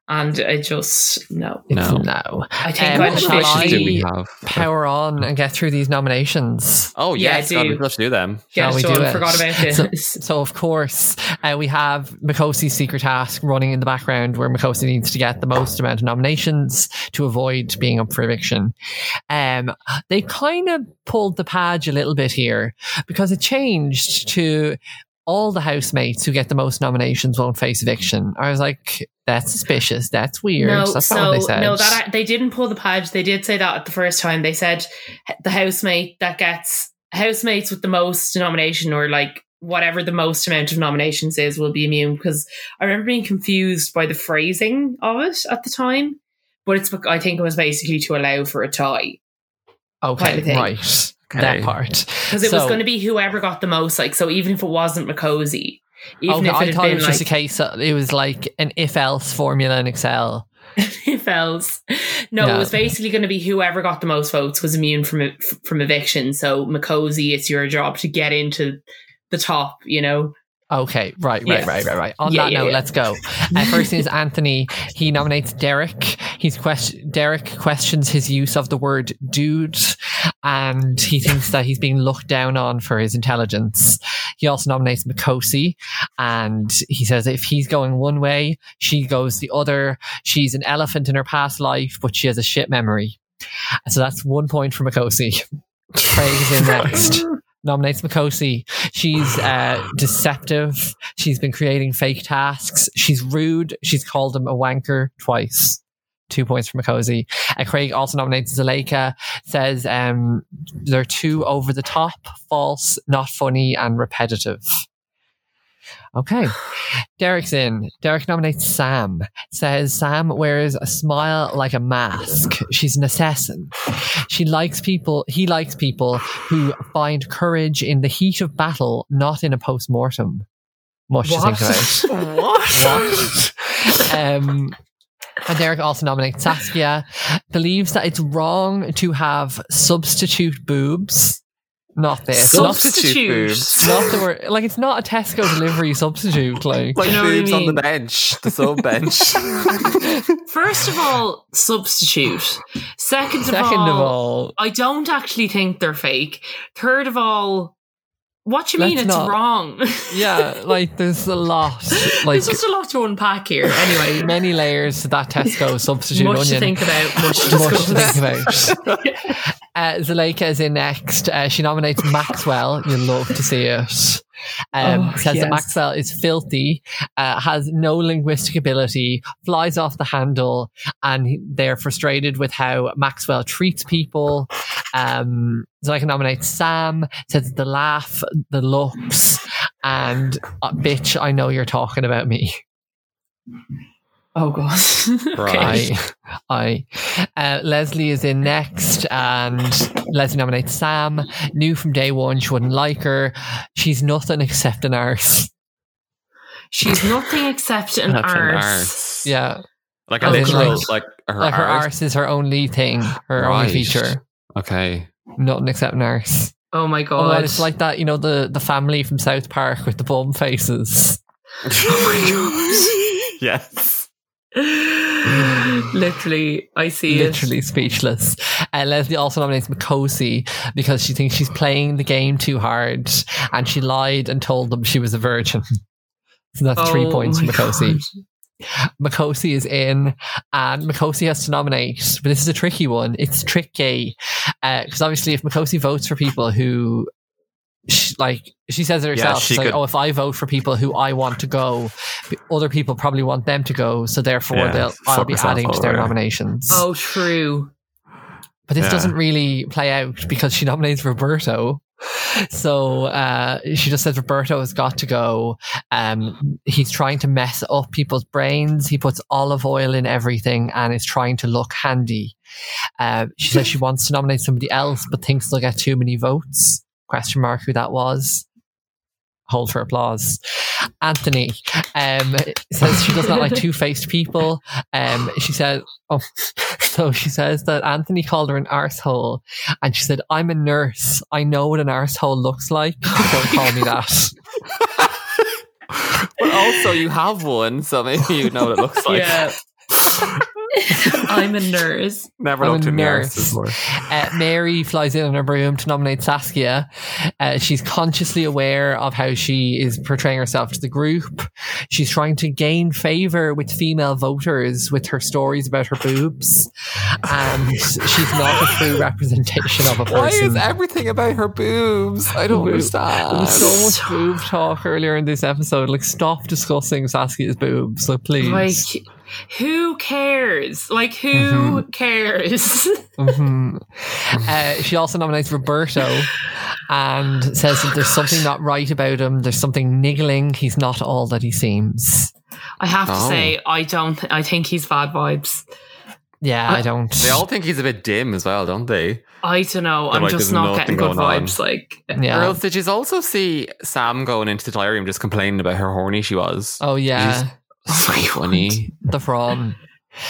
[SPEAKER 3] and I just no.
[SPEAKER 2] It's
[SPEAKER 1] No.
[SPEAKER 2] no.
[SPEAKER 3] I think
[SPEAKER 2] Um,
[SPEAKER 3] I'm
[SPEAKER 1] What
[SPEAKER 2] shall
[SPEAKER 1] choices
[SPEAKER 3] officially
[SPEAKER 1] do we
[SPEAKER 2] I
[SPEAKER 1] have?
[SPEAKER 2] Power on and get through these nominations.
[SPEAKER 1] Oh
[SPEAKER 3] Yeah,
[SPEAKER 1] yes,
[SPEAKER 3] I
[SPEAKER 1] God,
[SPEAKER 3] do.
[SPEAKER 1] we'd love to do them.
[SPEAKER 3] yeah,
[SPEAKER 2] Shall we
[SPEAKER 3] so
[SPEAKER 2] do
[SPEAKER 3] I
[SPEAKER 2] it?
[SPEAKER 3] forgot about
[SPEAKER 2] So-
[SPEAKER 3] this.
[SPEAKER 2] So, of course, uh, we have Makossi's secret task running in the background where Makosi needs to get the most amount of nominations to avoid being up for eviction. Um, they kind of pulled the page a little bit here because it changed to all the housemates who get the most nominations won't face eviction. I was like, That's suspicious. That's weird. That's
[SPEAKER 3] so
[SPEAKER 2] not what they said.
[SPEAKER 3] no, that they didn't pull the pod. They did say that at the first time. They said the housemate that gets housemates with the most nomination or like whatever the most amount of nominations is will be immune. Because I remember being confused by the phrasing of it at the time, but it's bec- I think it was basically to allow for a tie kind
[SPEAKER 2] okay,
[SPEAKER 3] of thing.
[SPEAKER 2] right.
[SPEAKER 1] Okay.
[SPEAKER 2] That part.
[SPEAKER 3] because it was
[SPEAKER 2] So-
[SPEAKER 3] going to be whoever got the most. Like so, even if it wasn't McCosy, even
[SPEAKER 2] okay,
[SPEAKER 3] if it
[SPEAKER 2] I
[SPEAKER 3] had
[SPEAKER 2] thought
[SPEAKER 3] been
[SPEAKER 2] it was
[SPEAKER 3] like,
[SPEAKER 2] just a case. Of, it was like an if-else formula in Excel.
[SPEAKER 3] fells. No,
[SPEAKER 2] No.
[SPEAKER 3] it was basically going to be whoever got the most votes was immune from f- from eviction. So McCosy, it's your job to get into the top. You know,
[SPEAKER 2] Okay, right, right,
[SPEAKER 3] Yeah.
[SPEAKER 2] right, right, right. On
[SPEAKER 3] Yeah,
[SPEAKER 2] that
[SPEAKER 3] yeah,
[SPEAKER 2] note,
[SPEAKER 3] yeah.
[SPEAKER 2] let's go. Uh, first is Anthony. He nominates Derek. He's question. Derek questions his use of the word "dude," and he thinks that he's being looked down on for his intelligence. He also nominates Mikosi, and he says if he's going one way, she goes the other. She's an elephant in her past life, but she has a shit memory. So that's one point for Mikosi. Craig is in next nominates Mikosi. She's uh, deceptive. She's been creating fake tasks. She's rude. She's called him a wanker twice. Two points for Mikosi. Uh, Craig also nominates Zuleika, says um, they're too over the top, false, not funny, and repetitive. Okay. Derek's in. Derek nominates Sam. Says Sam wears a smile like a mask. She's an assassin. She likes people, he likes people who find courage in the heat of battle, not in a post mortem. Much to think about.
[SPEAKER 1] what?
[SPEAKER 2] Um, and Derek also nominates Saskia. Believes that it's wrong to have substitute boobs. Not this. Not,
[SPEAKER 1] Substitute boobs.
[SPEAKER 2] not the word. Like it's not a Tesco delivery substitute. Like
[SPEAKER 1] Like
[SPEAKER 3] You know what I
[SPEAKER 1] boobs on the
[SPEAKER 3] mean?
[SPEAKER 1] bench, the sub bench.
[SPEAKER 3] First of all, substitute. Second of,
[SPEAKER 2] second
[SPEAKER 3] all,
[SPEAKER 2] of all,
[SPEAKER 3] I don't actually think they're fake. Third of all, what do you mean
[SPEAKER 2] Let's
[SPEAKER 3] it's
[SPEAKER 2] not-
[SPEAKER 3] wrong?
[SPEAKER 2] yeah. Like there's a lot. Like
[SPEAKER 3] There's just a lot to unpack here. Anyway,
[SPEAKER 2] many layers to that Tesco substitute
[SPEAKER 3] much to
[SPEAKER 2] onion.
[SPEAKER 3] think about. Much to
[SPEAKER 2] Much to
[SPEAKER 3] discuss.
[SPEAKER 2] think about. Uh, Zuleika is in next. Uh, she nominates Maxwell. You love to see it. Um,
[SPEAKER 3] Oh,
[SPEAKER 2] says that
[SPEAKER 3] yes.
[SPEAKER 2] Maxwell is filthy, uh, has no linguistic ability, flies off the handle, and he- they're frustrated with how Maxwell treats people. Um, Zuleika nominates Sam. Says the laugh, the looks, and uh, bitch, I know you're talking about me.
[SPEAKER 3] Oh god. okay.
[SPEAKER 2] I, I. Uh, Leslie is in next, and Leslie nominates Sam. Knew from day one she wouldn't like her. She's nothing except an arse.
[SPEAKER 3] She's nothing except an
[SPEAKER 1] That's an
[SPEAKER 3] arse.
[SPEAKER 1] arse.
[SPEAKER 2] Yeah,
[SPEAKER 1] Like a
[SPEAKER 2] As in,
[SPEAKER 1] literal,
[SPEAKER 2] like-
[SPEAKER 1] like her
[SPEAKER 2] like her
[SPEAKER 1] arse.
[SPEAKER 2] arse is her only thing, her
[SPEAKER 1] Right.
[SPEAKER 2] only feature.
[SPEAKER 1] Okay.
[SPEAKER 2] Nothing except an arse.
[SPEAKER 3] Oh my
[SPEAKER 2] Oh,
[SPEAKER 3] god.
[SPEAKER 2] it's like that, you know, the the family from South Park with the bum faces.
[SPEAKER 3] Oh
[SPEAKER 1] Yes.
[SPEAKER 3] my god. Literally, I see
[SPEAKER 2] Literally speechless. Uh, Leslie also nominates Mikosi because she thinks she's playing the game too hard and she lied and told them she was a virgin. So
[SPEAKER 3] it.
[SPEAKER 2] that's three
[SPEAKER 3] Oh
[SPEAKER 2] points for
[SPEAKER 3] my
[SPEAKER 2] Mikosi.
[SPEAKER 3] God.
[SPEAKER 2] Mikosi is in and Mikosi has to nominate, but this is a tricky one. It's tricky because obviously if Mikosi votes for people who she, like she says it
[SPEAKER 1] Yeah,
[SPEAKER 2] herself,
[SPEAKER 1] she
[SPEAKER 2] she's like,
[SPEAKER 1] could-
[SPEAKER 2] oh, if I vote for people who I want to go, other people probably want them to go, so therefore
[SPEAKER 1] Yeah,
[SPEAKER 2] they'll, I'll
[SPEAKER 1] fuck
[SPEAKER 2] be
[SPEAKER 1] yourself
[SPEAKER 2] adding to their
[SPEAKER 1] over.
[SPEAKER 2] nominations.
[SPEAKER 3] Oh, true.
[SPEAKER 2] But this
[SPEAKER 1] Yeah.
[SPEAKER 2] doesn't really play out because she nominates Roberto. So uh, she just says Roberto has got to go. Um, he's trying to mess up people's brains. He puts olive oil in everything and is trying to look handy. Uh, she says she wants to nominate somebody else, but thinks they'll get too many votes. Question mark who that was. Hold for applause. Anthony um, says she does not like two faced people. Um, she said, oh, so she says that Anthony called her an arsehole, and she said, "I'm a nurse. I know what an arsehole looks like. Don't call me that."
[SPEAKER 1] But also, you have one, so maybe you know what it looks like.
[SPEAKER 3] yeah. I'm a nurse.
[SPEAKER 1] Never
[SPEAKER 2] I'm
[SPEAKER 1] looked
[SPEAKER 2] a
[SPEAKER 1] in the
[SPEAKER 2] nurse.
[SPEAKER 1] arse before.
[SPEAKER 2] Uh, Mary flies in on her broom to nominate Saskia. Uh, she's consciously aware of how she is portraying herself to the group. She's trying to gain favor with female voters with her stories about her boobs, and she's not a true representation of a person.
[SPEAKER 1] Why is everything about her boobs? I don't
[SPEAKER 2] There
[SPEAKER 1] understand.
[SPEAKER 2] was so much boob talk earlier in this episode. Like, stop discussing Saskia's boobs. Like, please.
[SPEAKER 3] Like, who cares? Like, who
[SPEAKER 2] Mm-hmm.
[SPEAKER 3] cares?
[SPEAKER 2] Mhm. Uh, she also nominates Roberto and says that there's something not right about him. There's something niggling. He's not all that he seems.
[SPEAKER 3] I have to
[SPEAKER 1] Oh.
[SPEAKER 3] say, I don't. I think he's bad vibes.
[SPEAKER 2] Yeah, I don't.
[SPEAKER 1] They all think he's a bit dim as well, don't they?
[SPEAKER 3] I don't know.
[SPEAKER 1] They're
[SPEAKER 3] I'm
[SPEAKER 1] like,
[SPEAKER 3] just
[SPEAKER 1] there's
[SPEAKER 3] not
[SPEAKER 1] nothing
[SPEAKER 3] getting good
[SPEAKER 1] going on.
[SPEAKER 3] vibes. Like,
[SPEAKER 2] yeah.
[SPEAKER 1] Or else did you also see Sam going into the diary room just complaining about how horny she was?
[SPEAKER 2] oh yeah,
[SPEAKER 1] She's- so
[SPEAKER 3] my God.
[SPEAKER 1] funny.
[SPEAKER 2] the prawn.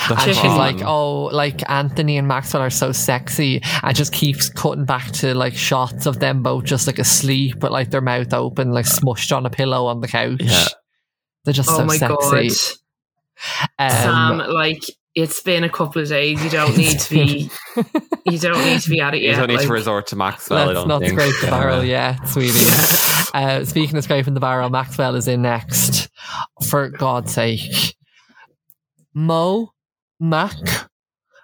[SPEAKER 1] The
[SPEAKER 2] And she's
[SPEAKER 1] fun.
[SPEAKER 2] like, oh, like Anthony and Maxwell are so sexy, and just keeps cutting back to like shots of them both just like asleep, but like their mouth open, like smushed on a pillow on the couch.
[SPEAKER 1] Yeah.
[SPEAKER 2] They're just
[SPEAKER 3] oh
[SPEAKER 2] so
[SPEAKER 3] my
[SPEAKER 2] sexy.
[SPEAKER 3] god,
[SPEAKER 2] Um,
[SPEAKER 3] Sam! Like, it's been a couple of days. You don't need to be. you don't need to be at it
[SPEAKER 1] you
[SPEAKER 3] yet.
[SPEAKER 1] don't need
[SPEAKER 3] like-
[SPEAKER 1] to resort to Maxwell. I
[SPEAKER 2] Let's
[SPEAKER 1] don't
[SPEAKER 2] not
[SPEAKER 1] think.
[SPEAKER 2] scrape the
[SPEAKER 1] Yeah.
[SPEAKER 2] barrel yet, sweetie. Uh, speaking of scraping the barrel, Maxwell is in next. For God's sake. Mo, Mac,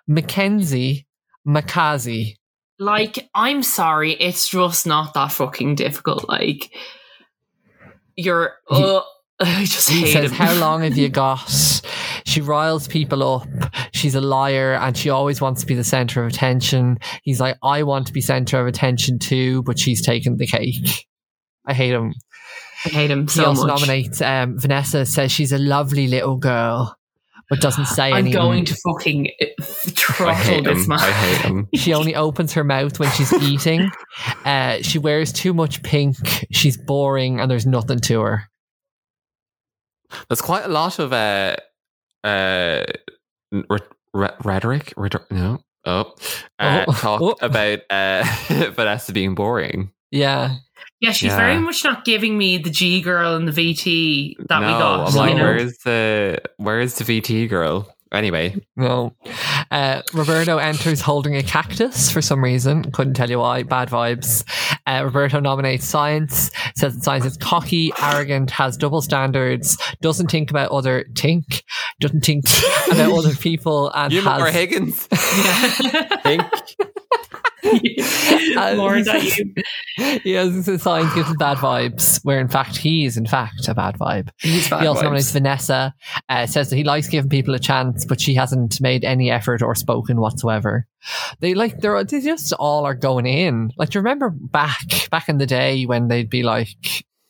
[SPEAKER 2] Mackenzie, Makazi.
[SPEAKER 3] Like, I'm sorry, it's just not that fucking difficult. Like, you're.
[SPEAKER 2] He-
[SPEAKER 3] uh, I just
[SPEAKER 2] He
[SPEAKER 3] hate
[SPEAKER 2] says,
[SPEAKER 3] him.
[SPEAKER 2] How long have you got? She riles people up. She's a liar and she always wants to be the center of attention. He's like, I want to be center of attention too, but she's taking the cake. I hate him.
[SPEAKER 3] I hate him
[SPEAKER 2] he
[SPEAKER 3] so
[SPEAKER 2] also
[SPEAKER 3] much.
[SPEAKER 2] nominates um, Vanessa. Says she's a lovely little girl, but doesn't say
[SPEAKER 3] I'm
[SPEAKER 2] anything.
[SPEAKER 3] going to fucking uh,
[SPEAKER 1] I
[SPEAKER 3] throttle
[SPEAKER 1] hate
[SPEAKER 3] this
[SPEAKER 1] him.
[SPEAKER 3] man.
[SPEAKER 1] I hate him.
[SPEAKER 2] She only opens her mouth when she's eating. Uh, she wears too much pink. She's boring, and there's nothing to her.
[SPEAKER 1] There's quite a lot of uh, uh, re- re- rhetoric. Rhetor- no, oh, uh,
[SPEAKER 2] Oh.
[SPEAKER 1] talk
[SPEAKER 2] Oh.
[SPEAKER 1] about uh, Vanessa being boring.
[SPEAKER 2] Yeah,
[SPEAKER 3] Yeah, she's
[SPEAKER 1] Yeah.
[SPEAKER 3] very much not giving me the G girl and the VT that
[SPEAKER 1] no,
[SPEAKER 3] we got.
[SPEAKER 1] I'm
[SPEAKER 2] you
[SPEAKER 1] like,
[SPEAKER 2] know?
[SPEAKER 1] where is the where is the VT girl? Anyway,
[SPEAKER 2] no. Uh, Roberto enters holding a cactus for some reason. Couldn't tell you why. Bad vibes. Uh, Roberto nominates science. Says that science is cocky, arrogant, has double standards, doesn't think about other think, doesn't think about other people, and
[SPEAKER 1] you
[SPEAKER 2] has
[SPEAKER 1] more Higgins.
[SPEAKER 3] Yeah.
[SPEAKER 1] Think.
[SPEAKER 2] Uh,
[SPEAKER 3] More than you.
[SPEAKER 2] he has a sign gives him bad vibes, where in fact he is in fact a bad vibe.
[SPEAKER 3] He's bad
[SPEAKER 2] he also nominates
[SPEAKER 3] vibes.
[SPEAKER 2] Vanessa, uh, says that he likes giving people a chance, but she hasn't made any effort or spoken whatsoever. They like they're they just all are going in. Like do you remember back back in the day when they'd be like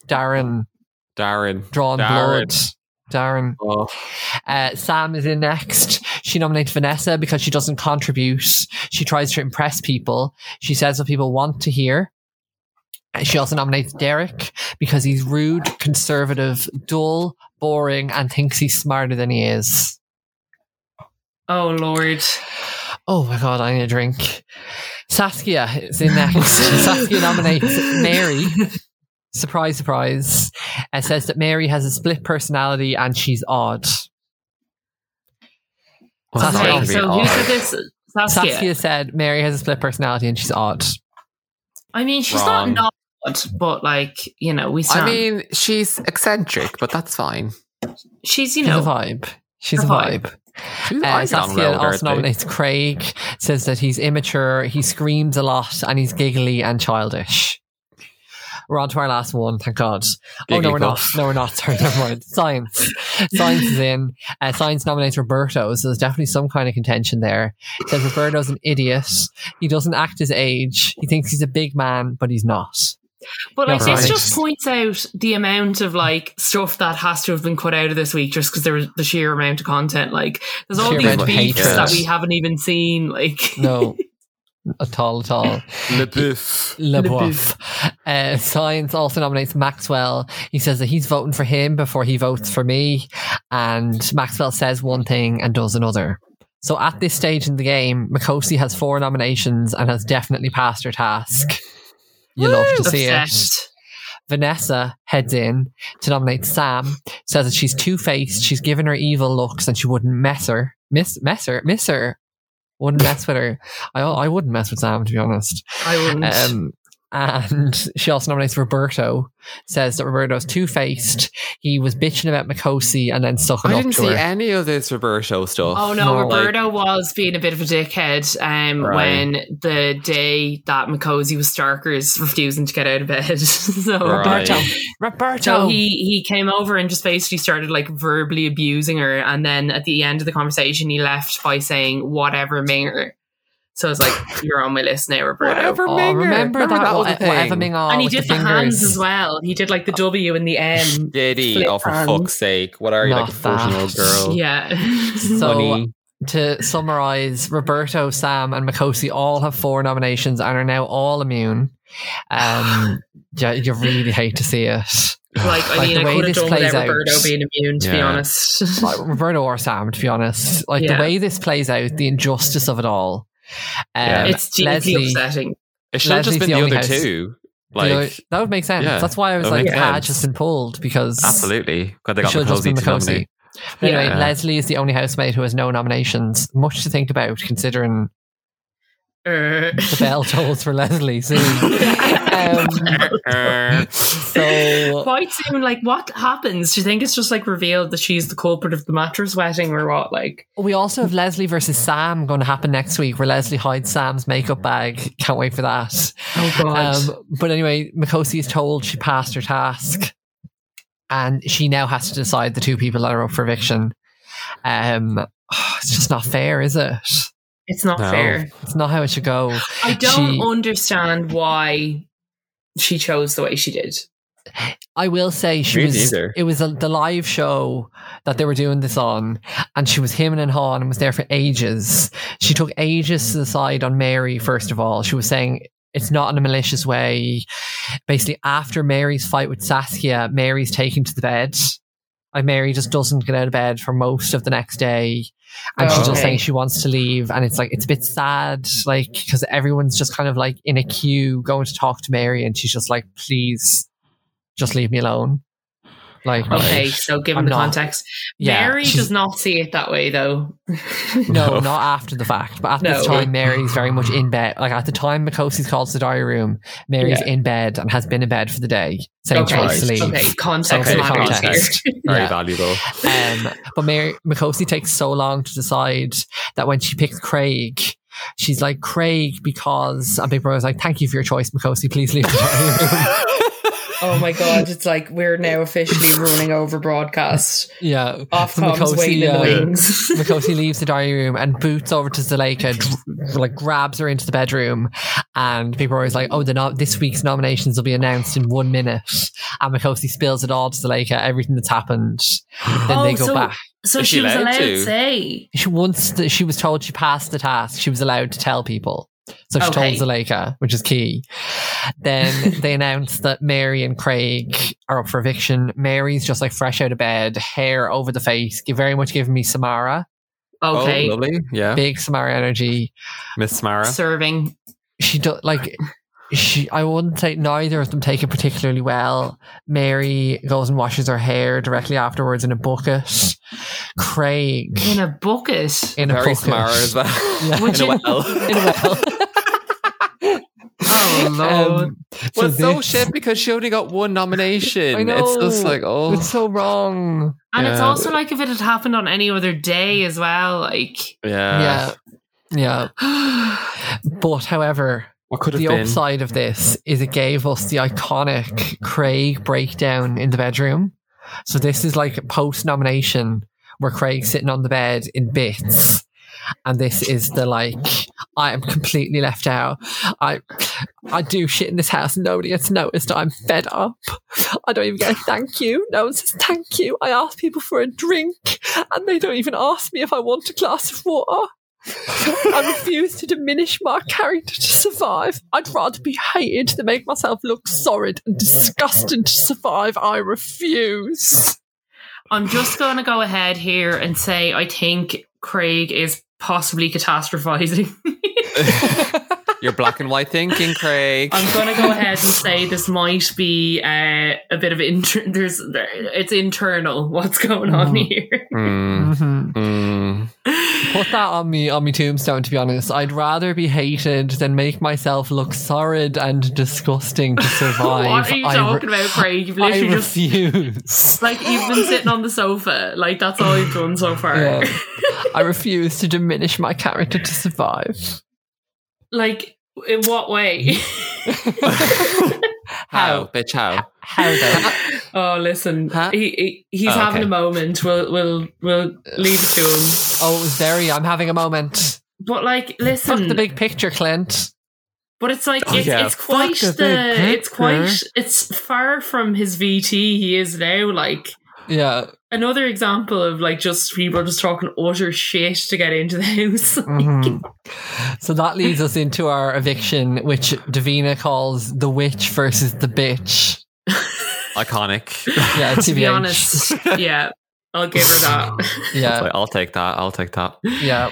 [SPEAKER 2] Darren
[SPEAKER 1] Darren.
[SPEAKER 2] drawn
[SPEAKER 1] Darren.
[SPEAKER 2] blood. Darren.
[SPEAKER 1] Oh,
[SPEAKER 2] Uh, Sam is in next. She nominates Vanessa because she doesn't contribute. She tries to impress people. She says what people want to hear. Uh, She also nominates Derek because he's rude, conservative, dull, boring, and thinks he's smarter than he is.
[SPEAKER 3] Oh lord.
[SPEAKER 2] Oh my god, I need a drink. Saskia is in next. Saskia nominates Mary. Surprise, surprise. And says that Mary has a split personality and she's odd.
[SPEAKER 1] well,
[SPEAKER 2] That's
[SPEAKER 1] that's
[SPEAKER 3] Okay,
[SPEAKER 1] going to be
[SPEAKER 2] right.
[SPEAKER 3] so who
[SPEAKER 1] odd.
[SPEAKER 3] said this? Saskia.
[SPEAKER 2] Saskia said Mary has a split personality and she's odd.
[SPEAKER 3] I mean, she's
[SPEAKER 1] Wrong.
[SPEAKER 3] not not, but like you know, we.
[SPEAKER 1] I
[SPEAKER 3] Stand.
[SPEAKER 1] mean, she's eccentric, but that's fine.
[SPEAKER 3] she's you
[SPEAKER 2] She's a
[SPEAKER 3] know.
[SPEAKER 2] vibe. She's a
[SPEAKER 3] A
[SPEAKER 2] vibe.
[SPEAKER 3] vibe.
[SPEAKER 1] She's I
[SPEAKER 2] Uh,
[SPEAKER 1] get on well
[SPEAKER 2] Saskia
[SPEAKER 1] with her,
[SPEAKER 2] also
[SPEAKER 1] too.
[SPEAKER 2] nominates Craig, says that he's immature, he screams a lot, and he's giggly and childish. We're on to our last one, thank God. oh,
[SPEAKER 1] Giggly
[SPEAKER 2] no, we're not.
[SPEAKER 1] puff.
[SPEAKER 2] No, we're not. Sorry, never mind. Science. Science is in. Uh, science nominates Roberto, so there's definitely some kind of contention there. Says Roberto's an idiot. He doesn't act his age. He thinks he's a big man, but he's not.
[SPEAKER 3] But like,
[SPEAKER 2] Yeah,
[SPEAKER 3] this
[SPEAKER 2] right.
[SPEAKER 3] just points out the amount of like stuff that has to have been cut out of this week, just because there was the sheer amount of content. Like, there's all
[SPEAKER 2] Sheer
[SPEAKER 3] these
[SPEAKER 2] amount of
[SPEAKER 3] beefs
[SPEAKER 1] hatred.
[SPEAKER 3] that we haven't even seen. Like,
[SPEAKER 2] No, at all, at all.
[SPEAKER 1] Le Biff.
[SPEAKER 2] Le
[SPEAKER 3] Le
[SPEAKER 2] Boeuf. Uh, Science also nominates Maxwell. He says that he's voting for him before he votes for me. And Maxwell says one thing and does another. So at this stage in the game, Mikosi has four nominations and has definitely passed her task. You love to see it.
[SPEAKER 3] obsessed.
[SPEAKER 2] Vanessa heads in to nominate Sam, says that she's two faced, she's given her evil looks, and she wouldn't mess her. Miss, mess her, miss her. Wouldn't mess with her. I, I wouldn't mess with Sam, to be honest.
[SPEAKER 3] I wouldn't.
[SPEAKER 2] Um, And she also nominates Roberto, says that Roberto's two faced. He was bitching about Mikosi and then sucking
[SPEAKER 1] I
[SPEAKER 2] up
[SPEAKER 1] didn't
[SPEAKER 2] to
[SPEAKER 1] see
[SPEAKER 2] her.
[SPEAKER 1] any of this Roberto stuff.
[SPEAKER 3] Oh no,
[SPEAKER 2] No,
[SPEAKER 1] like-
[SPEAKER 3] Roberto was being a bit of a dickhead um,
[SPEAKER 1] Right.
[SPEAKER 3] when the day that Mikosi was Starker's refusing to get out of bed. so
[SPEAKER 1] Right.
[SPEAKER 2] Roberto. Roberto.
[SPEAKER 3] So he he came over and just basically started like verbally abusing her, and then at the end of the conversation, he left by saying whatever Minger. So I was like, "You're on my list now, Roberto."
[SPEAKER 1] Whatever,
[SPEAKER 2] Oh,
[SPEAKER 1] Minger.
[SPEAKER 2] remember, that,
[SPEAKER 1] was
[SPEAKER 2] one,
[SPEAKER 1] a
[SPEAKER 2] whatever
[SPEAKER 1] thing.
[SPEAKER 2] Ming all
[SPEAKER 3] And he
[SPEAKER 2] Oh, with
[SPEAKER 3] did the,
[SPEAKER 2] the
[SPEAKER 3] hands
[SPEAKER 2] fingers.
[SPEAKER 3] as well. He did like the W and the M.
[SPEAKER 1] Diddy,
[SPEAKER 3] Flip
[SPEAKER 1] oh for
[SPEAKER 3] hand.
[SPEAKER 1] fuck's sake! What are you like a
[SPEAKER 2] Not that.
[SPEAKER 1] fourteen-year-old girl?
[SPEAKER 3] Yeah.
[SPEAKER 2] So-
[SPEAKER 1] Funny.
[SPEAKER 2] To summarize, Roberto, Sam, and Mikosi all have four nominations and are now all immune. Um, yeah, you really hate to see it.
[SPEAKER 3] like, I
[SPEAKER 2] Like,
[SPEAKER 3] mean,
[SPEAKER 2] the
[SPEAKER 3] I
[SPEAKER 2] way
[SPEAKER 3] could have
[SPEAKER 2] this
[SPEAKER 3] done
[SPEAKER 2] plays
[SPEAKER 3] without
[SPEAKER 2] out.
[SPEAKER 3] Roberto being immune, to be
[SPEAKER 1] Yeah.
[SPEAKER 3] honest.
[SPEAKER 2] like Roberto or Sam, to be honest. Like
[SPEAKER 3] Yeah.
[SPEAKER 2] the way this plays out, the injustice of it all. Um,
[SPEAKER 1] Yeah.
[SPEAKER 3] it's deeply
[SPEAKER 2] Leslie-
[SPEAKER 3] upsetting.
[SPEAKER 1] It should have just
[SPEAKER 2] Leslie's
[SPEAKER 1] been
[SPEAKER 2] the
[SPEAKER 1] the
[SPEAKER 2] only
[SPEAKER 1] other
[SPEAKER 2] house.
[SPEAKER 1] two.
[SPEAKER 2] you know,
[SPEAKER 1] Like
[SPEAKER 2] that would make sense.
[SPEAKER 1] yeah,
[SPEAKER 2] That's why I was
[SPEAKER 1] that would
[SPEAKER 2] like,
[SPEAKER 1] make
[SPEAKER 2] ah,
[SPEAKER 1] sense.
[SPEAKER 2] it's just been pulled because
[SPEAKER 1] absolutely, because they
[SPEAKER 2] it
[SPEAKER 1] got
[SPEAKER 2] should have just
[SPEAKER 1] Mikosi
[SPEAKER 2] been
[SPEAKER 1] to
[SPEAKER 2] Mikosi.
[SPEAKER 1] nominate.
[SPEAKER 2] But Anyway,
[SPEAKER 1] Yeah.
[SPEAKER 2] Leslie is the only housemate who has no nominations. Much to think about, considering
[SPEAKER 3] Er.
[SPEAKER 2] the bell tolls for Leslie soon. Um,
[SPEAKER 1] Er,
[SPEAKER 2] so
[SPEAKER 3] Quite soon, like what happens? Do you think it's just like revealed that she's the culprit of the mattress wetting or what? Like,
[SPEAKER 2] we also have Leslie versus Sam going to happen next week, where Leslie hides Sam's makeup bag. Can't wait for that.
[SPEAKER 3] oh god,
[SPEAKER 2] Um, but anyway, Mikosi is told she passed her task, and she now has to decide the two people that are up for eviction. Um, it's just not fair, is it?
[SPEAKER 3] it's not
[SPEAKER 1] no.
[SPEAKER 3] fair.
[SPEAKER 2] It's not how it should go.
[SPEAKER 3] I don't
[SPEAKER 2] She-
[SPEAKER 3] understand why she chose the way she did.
[SPEAKER 2] I will say she
[SPEAKER 1] Me
[SPEAKER 2] was.
[SPEAKER 1] neither.
[SPEAKER 2] It was a, the live show that they were doing this on, and she was him and Han and was there for ages. She took ages to decide on Mary. First of all, she was saying it's not in a malicious way. Basically, after Mary's fight with Saskia, Mary's taken to the bed. And Mary just doesn't get out of bed for most of the next day. And she's just
[SPEAKER 3] Okay.
[SPEAKER 2] saying she wants to leave. And it's like, it's a bit sad, like, because everyone's just kind of like in a queue going to talk to Mary. And she's just like, please just leave me alone. Like,
[SPEAKER 3] Okay,
[SPEAKER 1] Right.
[SPEAKER 3] so given
[SPEAKER 2] I'm
[SPEAKER 3] the
[SPEAKER 2] not-
[SPEAKER 3] context,
[SPEAKER 2] yeah,
[SPEAKER 3] Mary
[SPEAKER 2] she's-
[SPEAKER 3] does not see it that way though.
[SPEAKER 2] No,
[SPEAKER 1] No.
[SPEAKER 2] not after the fact. But at this
[SPEAKER 3] No.
[SPEAKER 2] time, Mary's very much in bed. Like at the time Makosi's called to the diary room, Mary's in bed and has been in bed for the day, saying she
[SPEAKER 3] okay,
[SPEAKER 2] wants to leave.
[SPEAKER 3] okay,
[SPEAKER 2] So
[SPEAKER 3] context
[SPEAKER 2] for the
[SPEAKER 1] matters
[SPEAKER 2] context.
[SPEAKER 3] here.
[SPEAKER 1] Very
[SPEAKER 2] Yeah.
[SPEAKER 1] valuable.
[SPEAKER 2] Um, but Mary Makosi takes so long to decide that when she picks Craig, she's like Craig because and Big Brother's like, "Thank you for your choice, Makosi. Please leave." The diary room."
[SPEAKER 3] oh my god, it's like we're now officially running over broadcast.
[SPEAKER 2] yeah,
[SPEAKER 3] Off
[SPEAKER 2] So
[SPEAKER 3] comes
[SPEAKER 2] Makosi,
[SPEAKER 3] waiting in
[SPEAKER 2] uh,
[SPEAKER 3] the wings.
[SPEAKER 2] Makosi leaves the diary room and boots over to Zuleika, dr- like grabs her into the bedroom, and people are always like, "Oh, the no- this week's nominations will be announced in one minute." And Makosi spills it all to Zuleika, everything that's happened. Then
[SPEAKER 3] Oh,
[SPEAKER 2] they go
[SPEAKER 3] so-
[SPEAKER 2] back.
[SPEAKER 3] so
[SPEAKER 1] Is
[SPEAKER 3] she,
[SPEAKER 1] she
[SPEAKER 3] was
[SPEAKER 1] allowed
[SPEAKER 3] allowed to
[SPEAKER 1] to?
[SPEAKER 3] say.
[SPEAKER 2] She once th- she was told she passed the task, she was allowed to tell people. So she
[SPEAKER 3] Okay.
[SPEAKER 2] told Zuleika, which is key. Then they announced that Mary and Craig are up for eviction. Mary's just like fresh out of bed, hair over the face, gi- very much giving me Samara,
[SPEAKER 3] Okay,
[SPEAKER 1] Oh, lovely. Yeah,
[SPEAKER 2] big Samara energy.
[SPEAKER 1] Miss Samara.
[SPEAKER 3] serving.
[SPEAKER 2] she do like she I wouldn't say neither of them take it particularly well. Mary goes and washes her hair directly afterwards in a bucket. Craig
[SPEAKER 3] In a bucket.
[SPEAKER 2] in a
[SPEAKER 1] Very
[SPEAKER 2] bucket.
[SPEAKER 1] Samara as well.
[SPEAKER 2] Yeah.
[SPEAKER 1] In
[SPEAKER 3] Would
[SPEAKER 1] a
[SPEAKER 3] you-
[SPEAKER 1] well.
[SPEAKER 2] In a well.
[SPEAKER 3] Oh lord.
[SPEAKER 2] Um,
[SPEAKER 1] Well, it's so
[SPEAKER 2] this-
[SPEAKER 1] shit because she only got one nomination.
[SPEAKER 2] I
[SPEAKER 1] It's just
[SPEAKER 2] know.
[SPEAKER 1] like oh,
[SPEAKER 2] It's so wrong.
[SPEAKER 3] and it's
[SPEAKER 1] yeah.
[SPEAKER 3] also like if it had happened on any other day as well, like
[SPEAKER 1] yeah.
[SPEAKER 2] yeah.
[SPEAKER 3] oh
[SPEAKER 2] Yeah. But however,
[SPEAKER 1] What could have
[SPEAKER 2] the
[SPEAKER 1] been?
[SPEAKER 2] upside of this is it gave us the iconic Craig breakdown in the bedroom. So this is like post nomination where Craig's sitting on the bed in bits. And this is the like I am completely left out. I I do shit in this house and nobody gets noticed. I'm fed up. I don't even get a thank you. No one says thank you. I ask people for a drink and they don't even ask me if I want a glass of water. I refuse to diminish my character to survive. I'd rather be hated than make myself look sorrid and disgusting to survive. I refuse.
[SPEAKER 3] I'm just gonna go ahead here and say I think Craig is possibly catastrophizing.
[SPEAKER 1] Your black and white thinking, Craig. Hmm,
[SPEAKER 3] I'm gonna go ahead and say this might be uh, a bit of inter- there's there- it's internal what's going on
[SPEAKER 2] Mhm.
[SPEAKER 3] here.
[SPEAKER 1] Hmm.
[SPEAKER 2] Mm-hmm.
[SPEAKER 1] Hmm.
[SPEAKER 2] put that on me on my tombstone. To be honest, I'd rather be hated than make myself look sorrid and disgusting to survive.
[SPEAKER 3] what are you
[SPEAKER 2] I
[SPEAKER 3] talking
[SPEAKER 2] re-
[SPEAKER 3] about, Craig? You've
[SPEAKER 2] I
[SPEAKER 3] literally just
[SPEAKER 2] refuse.
[SPEAKER 3] like you've been sitting on the sofa. Like that's all you've done so far.
[SPEAKER 2] Yeah. I refuse to diminish my character to survive.
[SPEAKER 3] Like in what way?
[SPEAKER 1] How, bitch, how?
[SPEAKER 2] How though?
[SPEAKER 3] oh, listen,
[SPEAKER 1] Huh?
[SPEAKER 3] he, he he's
[SPEAKER 1] Oh,
[SPEAKER 3] having
[SPEAKER 1] okay.
[SPEAKER 3] a moment. We'll we'll we'll leave it to him.
[SPEAKER 2] Oh, it was very. I'm having a moment.
[SPEAKER 3] But like,
[SPEAKER 2] Fuck
[SPEAKER 3] listen,
[SPEAKER 2] the big picture, Clint.
[SPEAKER 3] but it's like
[SPEAKER 1] Oh,
[SPEAKER 3] it's,
[SPEAKER 1] yeah,
[SPEAKER 3] it's quite
[SPEAKER 2] fuck the
[SPEAKER 3] the,
[SPEAKER 2] big
[SPEAKER 3] it's quite
[SPEAKER 2] picture.
[SPEAKER 3] it's far from his VT he is now. Like
[SPEAKER 2] Yeah.
[SPEAKER 3] another example of like just people just talking utter shit to get into the house.
[SPEAKER 2] Mhm. So that leads us into our eviction, which Davina calls the witch versus the bitch.
[SPEAKER 1] Iconic.
[SPEAKER 2] Yeah,
[SPEAKER 3] to be
[SPEAKER 2] TBH.
[SPEAKER 3] honest, yeah, I'll give her that.
[SPEAKER 2] Yeah,
[SPEAKER 1] Like, I'll take that. I'll take that.
[SPEAKER 2] yeah.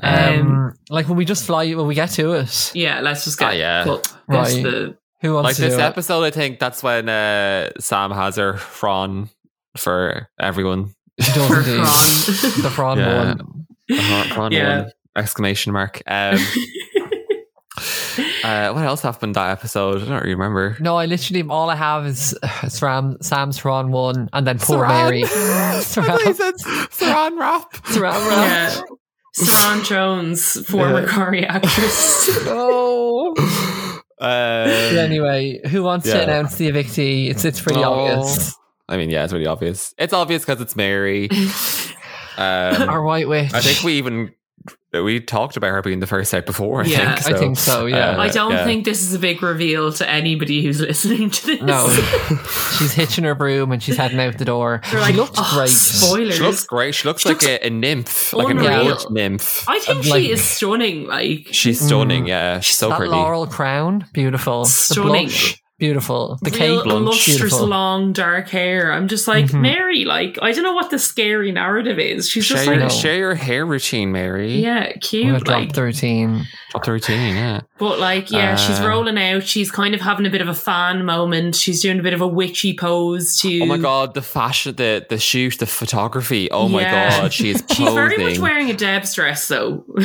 [SPEAKER 2] Um,
[SPEAKER 3] Um,
[SPEAKER 2] like when we just fly, when we get to it,
[SPEAKER 3] yeah, let's just get
[SPEAKER 1] Oh, yeah.
[SPEAKER 3] cut. That's
[SPEAKER 2] Right.
[SPEAKER 3] the-
[SPEAKER 2] who wants
[SPEAKER 1] Like
[SPEAKER 2] to do
[SPEAKER 1] this
[SPEAKER 2] it?
[SPEAKER 1] episode, I think that's when uh, Sam has her fron for everyone.
[SPEAKER 2] She does
[SPEAKER 3] for
[SPEAKER 2] indeed.
[SPEAKER 3] Fran.
[SPEAKER 2] The prawn
[SPEAKER 1] Yeah.
[SPEAKER 2] one.
[SPEAKER 1] Uh-huh, fron
[SPEAKER 3] Yeah.
[SPEAKER 1] one, Exclamation mark. Um, uh, what else happened that episode? I don't remember.
[SPEAKER 2] No, I literally all I have is uh, Sam, Sam's prawn one, and then poor
[SPEAKER 1] Saran.
[SPEAKER 2] Mary. Mm.
[SPEAKER 1] I thought you
[SPEAKER 2] Saran,
[SPEAKER 1] said Saran wrap.
[SPEAKER 2] Saran wrap.
[SPEAKER 3] yeah. Saran Jones, former
[SPEAKER 2] Yeah.
[SPEAKER 3] Corey actress.
[SPEAKER 2] No. But
[SPEAKER 1] Uh,
[SPEAKER 2] anyway, who wants to
[SPEAKER 1] Yeah.
[SPEAKER 2] announce the evictee? It's it's pretty
[SPEAKER 1] Oh.
[SPEAKER 2] obvious.
[SPEAKER 1] I mean, yeah, it's really obvious. It's obvious because it's Mary. Um,
[SPEAKER 2] Our white witch.
[SPEAKER 1] I think we even we talked about her being the first out before. I
[SPEAKER 3] Yeah.
[SPEAKER 1] think.
[SPEAKER 2] I
[SPEAKER 1] So.
[SPEAKER 2] think so. Yeah.
[SPEAKER 1] Uh,
[SPEAKER 3] I don't
[SPEAKER 1] yeah.
[SPEAKER 3] think this is a big reveal to anybody who's listening to this.
[SPEAKER 2] No, she's hitching her broom and she's heading out the door.
[SPEAKER 3] They're like,
[SPEAKER 2] she looks
[SPEAKER 3] "Oh,
[SPEAKER 2] great.
[SPEAKER 3] Spoilers.
[SPEAKER 1] She looks great. She looks
[SPEAKER 3] She
[SPEAKER 1] like
[SPEAKER 3] looks
[SPEAKER 1] a, a nymph, like an
[SPEAKER 3] unreal.
[SPEAKER 1] old nymph.
[SPEAKER 3] I think
[SPEAKER 2] like-
[SPEAKER 3] she is stunning. Like,
[SPEAKER 1] She's
[SPEAKER 2] Mm.
[SPEAKER 1] stunning. Yeah, she's so
[SPEAKER 2] that
[SPEAKER 1] pretty.
[SPEAKER 2] laurel crown, beautiful. The
[SPEAKER 3] Stunning.
[SPEAKER 2] blush, beautiful. The
[SPEAKER 3] real
[SPEAKER 2] cape,
[SPEAKER 3] lustrous,
[SPEAKER 2] beautiful.
[SPEAKER 3] long dark hair. I'm just like
[SPEAKER 2] Mhm.
[SPEAKER 3] Mary. Like, I don't know what the scary narrative is. She's
[SPEAKER 1] Share
[SPEAKER 3] just
[SPEAKER 1] your,
[SPEAKER 2] know.
[SPEAKER 3] like,
[SPEAKER 1] share your hair routine, Mary.
[SPEAKER 2] Oh
[SPEAKER 3] yeah,
[SPEAKER 2] I'm gonna
[SPEAKER 3] cute.
[SPEAKER 2] drop
[SPEAKER 3] Like,
[SPEAKER 2] the routine.
[SPEAKER 1] Up the routine. Yeah.
[SPEAKER 3] But like, yeah, she's
[SPEAKER 1] Uh,
[SPEAKER 3] rolling out. She's kind of having a bit of a fan moment. She's doing a bit of a witchy pose too.
[SPEAKER 1] Oh my god, the fashion, the the shoot, the photography. Oh my
[SPEAKER 3] Yeah.
[SPEAKER 1] god, she is posing.
[SPEAKER 3] She's very much wearing a Deb's dress, though.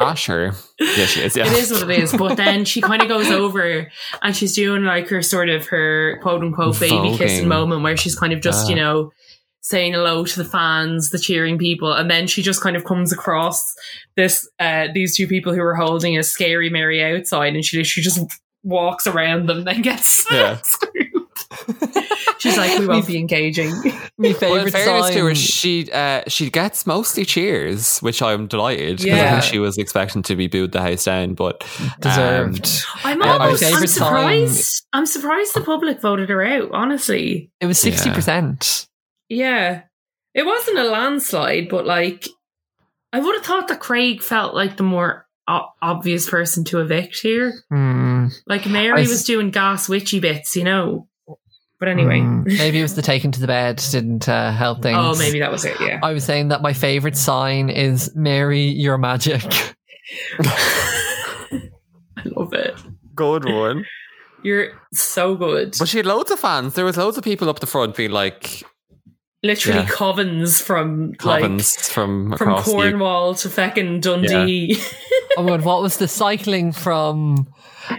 [SPEAKER 1] Ash her. Ah, Yeah, she is. Yeah.
[SPEAKER 3] it is what it is. But then she kind of goes over and she's doing like her sort of her quote unquote baby
[SPEAKER 1] Voguing.
[SPEAKER 3] kissing moment where she's kind of just, you
[SPEAKER 1] Ah.
[SPEAKER 3] know, saying hello to the fans, the cheering people. And then she just kind of comes across this, uh, these two people who are holding a scary Mary outside and she, she just walks around them and then gets
[SPEAKER 1] Yeah.
[SPEAKER 3] screwed. She's like, we won't be engaging.
[SPEAKER 2] My
[SPEAKER 1] Well, in
[SPEAKER 2] favorite
[SPEAKER 1] fairness to her,
[SPEAKER 2] sign.
[SPEAKER 1] she uh, she gets mostly cheers, which I'm delighted because I
[SPEAKER 3] Yeah.
[SPEAKER 1] think she was expecting to be booed the house down. But
[SPEAKER 2] deserved.
[SPEAKER 3] I'm
[SPEAKER 1] Yeah, my
[SPEAKER 3] almost, I'm
[SPEAKER 2] favourite time-
[SPEAKER 3] surprised. I'm surprised the public voted her out, honestly.
[SPEAKER 2] it was sixty percent.
[SPEAKER 3] Yeah. It wasn't a landslide, but like, I would have thought that Craig felt like the more o- obvious person to evict here.
[SPEAKER 2] Hmm.
[SPEAKER 3] Like, Mary
[SPEAKER 2] I s-
[SPEAKER 3] was doing gas witchy bits, you know? But anyway.
[SPEAKER 2] Hmm. maybe it was the taken to the bed didn't uh, help things.
[SPEAKER 3] Oh, maybe that was it, yeah.
[SPEAKER 2] I was saying that my favorite sign is Mary, your magic.
[SPEAKER 3] I love it.
[SPEAKER 1] good one.
[SPEAKER 3] You're so good.
[SPEAKER 1] um, But she had loads of fans. There was loads of people up the front being like
[SPEAKER 3] Literally
[SPEAKER 1] Yeah.
[SPEAKER 3] covens from, like,
[SPEAKER 1] Covens from
[SPEAKER 3] from
[SPEAKER 1] across the
[SPEAKER 3] Cornwall to feckin' Dundee.
[SPEAKER 2] oh my god, what was the cycling from